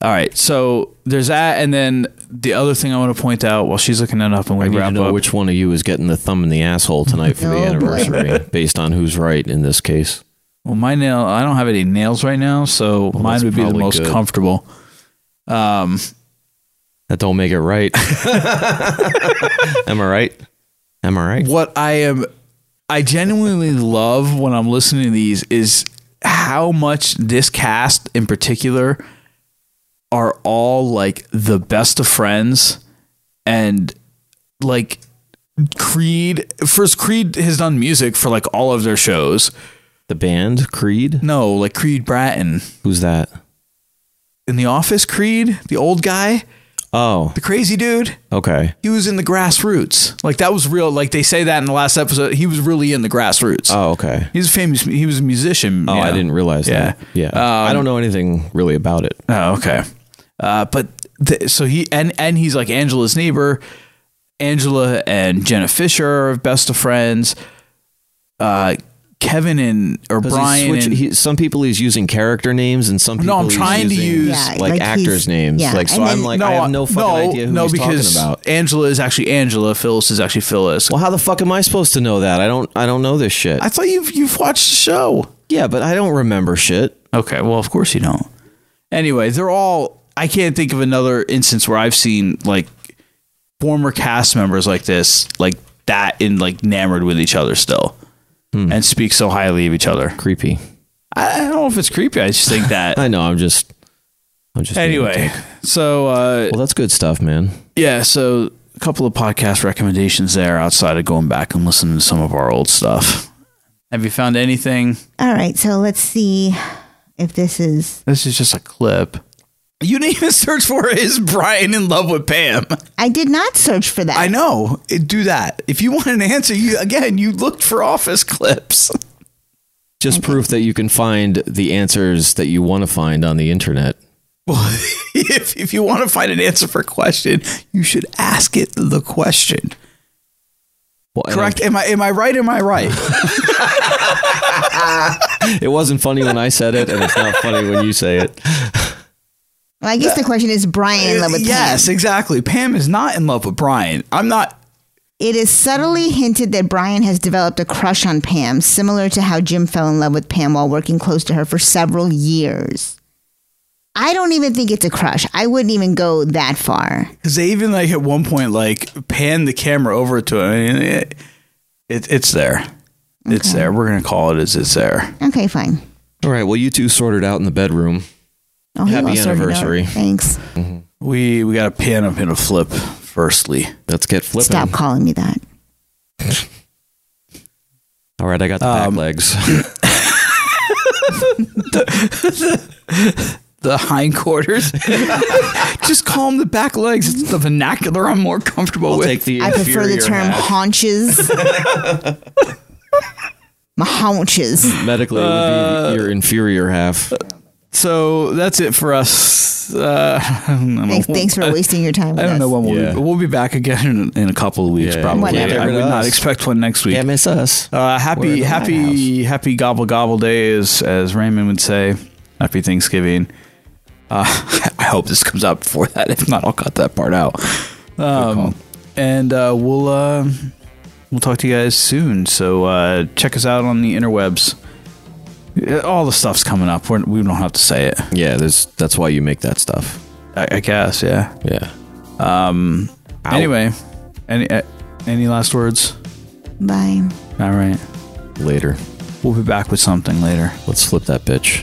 All right, so there's that, and then the other thing I want to point out while she's looking it up, and we I need to wrap know up. which one of you is getting the thumb in the asshole tonight for the Oh, boy. anniversary, based on who's right in this case. Well, my nail, I don't have any nails right now, so mine that's would be the probably most good. comfortable. Um, that don't make it right. Am I right? Am I right? What I am, I genuinely love when I'm listening to these is how much this cast in particular are all like the best of friends and like Creed. First, Creed has done music for like all of their shows. The band Creed? No, like Creed Bratton. Who's that? In the office, Creed, the old guy, Oh, the crazy dude. okay. He was in the grassroots. Like that was real. Like they say that in the last episode, he was really in the grassroots. Oh, okay. He's a famous. He was a musician. Oh, you I know. didn't realize Yeah. Um, that. Yeah. I don't know anything really about it. Oh, okay. Uh, but the, so he and and he's like Angela's neighbor. Angela and Jenna Fisher are best of friends. Uh, Kevin and or 'Cause he's Brian. switch- and, he- some people he's using character names, and some people No, I'm he's trying to using, use uh, like, actors' names. Like so, I'm like I have no fucking idea who no, he's because talking about. Angela is actually Angela. Phyllis is actually Phyllis. Well, how the fuck am I supposed to know that? I don't. I don't know this shit. I thought you've you've watched the show. Yeah, but I don't remember shit. Okay, well, of course you don't. Anyway, they're all. I can't think of another instance where I've seen like former cast members like this, like that, and like enamored with each other still, and speak so highly of each other. Creepy. I, I don't know if it's creepy. I just think that. I know. I'm just. I'm just. being anyway, a dick. so uh, well, that's good stuff, man. yeah, so a couple of podcast recommendations there outside of going back and listening to some of our old stuff. Have you found anything? all right, so let's see if this is. This is just a clip. You didn't even search for it. Is Brian in love with Pam? I did not search for that. I know. It- Do that. If you want an answer, you again, you looked for office clips. Just proof that you can find the answers that you want to find on the internet. if, if you want to find an answer for a question, you should ask it the question. Well, and Correct? Am I am I right? Am I right? It wasn't funny when I said it, and it's not funny when you say it. Well, I guess the question is Brian in love with yes, Pam. exactly. Pam is not in love with Brian. I'm not. It is subtly hinted that Brian has developed a crush on Pam, similar to how Jim fell in love with Pam while working close to her for several years. I don't even think it's a crush. I wouldn't even go that far. Because they even like at one point like pan the camera over to him. I mean, it, it, it's there. It's there. We're gonna call it as it's there. Okay, fine. All right. Well, you two sorted out in the bedroom. Oh, he Happy wants to already know. anniversary. Thanks. We we got a pan up and a flip. Firstly, Let's get flipping. Stop calling me that. All right, I got the back legs. the hindquarters. Just call them the back legs. It's the vernacular I'm more comfortable with. Take the I prefer the term haunches. my haunches. Medically, it would be your inferior half. So that's it for us. Uh, Thanks, thanks for wasting your time. I With don't us. know when we'll be. We'll be back again in, in a couple of weeks, probably. Whatever. I would not Us. expect one next week. Can't miss us. Uh, We're in happy, the happy, happy gobble gobble day, as as Raymond would say. Happy Thanksgiving. Uh, I hope this comes out before that. If not, I'll cut that part out. Um, and uh, we'll uh, we'll talk to you guys soon. So uh, check us out on the interwebs. Uh, All the stuff's coming up. We're, we don't have to say it. Yeah, there's that's why you make that stuff. I, I guess. Yeah. Yeah. Um. Anyway, any uh, any last words? Bye. All right. Later. We'll be back with something later. Let's flip that bitch.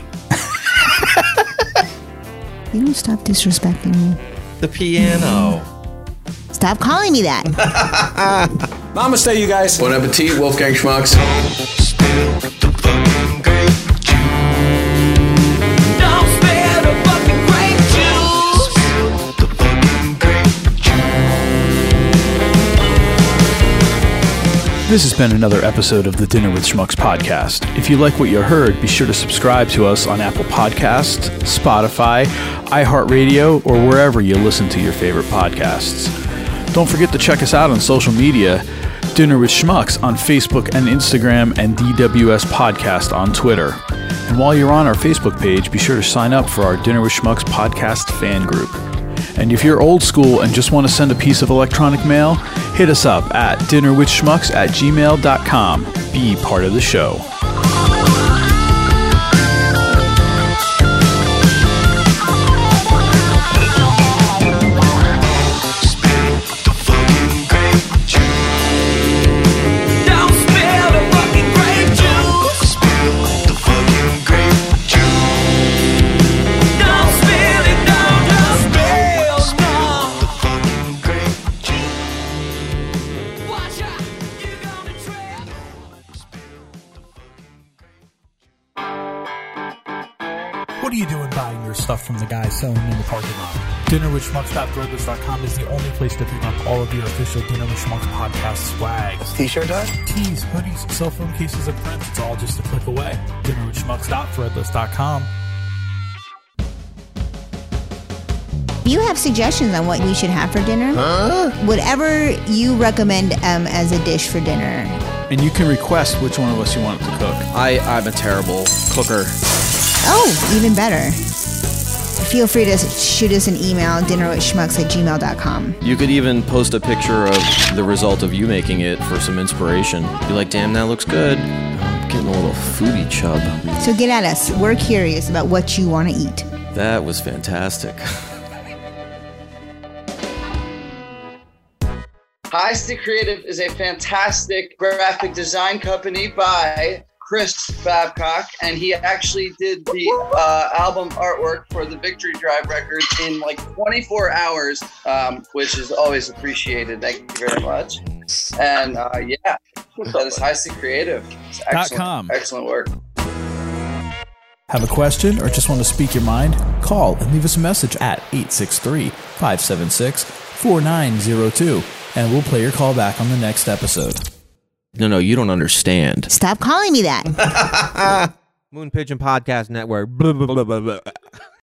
You don't stop disrespecting me. The piano. Stop calling me that. Namaste, you guys. Bon appetit, Wolfgang Schmucks. This has been another episode of the Dinner with Schmucks podcast. If you like what you heard, be sure to subscribe to us on Apple Podcasts, Spotify, iHeartRadio, or wherever you listen to your favorite podcasts. Don't forget to check us out on social media Dinner with Schmucks on Facebook and Instagram, and DWS Podcast on Twitter. And while you're on our Facebook page, be sure to sign up for our Dinner with Schmucks podcast fan group. And if you're old school and just want to send a piece of electronic mail, hit us up at dinnerwithschmucks at gmail.com. Be part of the show. What are you doing buying your stuff from the guy selling in the parking lot? DinnerWithSchmucks.Brothers.com is the only place to pick up all of your official Dinner with Schmucks podcast swag. T-shirt does? Tees, hoodies, cell phone cases, and prints. It's all just a click away. DinnerWithSchmucks.Threadless.com. If you have suggestions on what we should have for dinner, whatever you recommend um, as a dish for dinner, And you can request which one of us you want to cook. I, I'm a terrible cooker. oh, even better. Feel free to shoot us an email, dinner with schmucks at gmail.com. You could even post a picture of the result of you making it for some inspiration. You're like, damn, that looks good. I'm getting a little foodie chub. So get at us. We're curious about what you want to eat. That was fantastic. High Stick Creative is a fantastic graphic design company by Chris Babcock, and he actually did the uh, album artwork for the Victory Drive record in like 24 hours, um, which is always appreciated. Thank you very much. And uh, yeah, that is High Stick Creative. It's excellent, com. excellent work. Have a question or just want to speak your mind? Call and leave us a message at 863 576 4902, and we'll play your call back on the next episode. No, no, you don't understand. Stop calling me that. Moon Pigeon Podcast Network. Blah, blah, blah, blah, blah.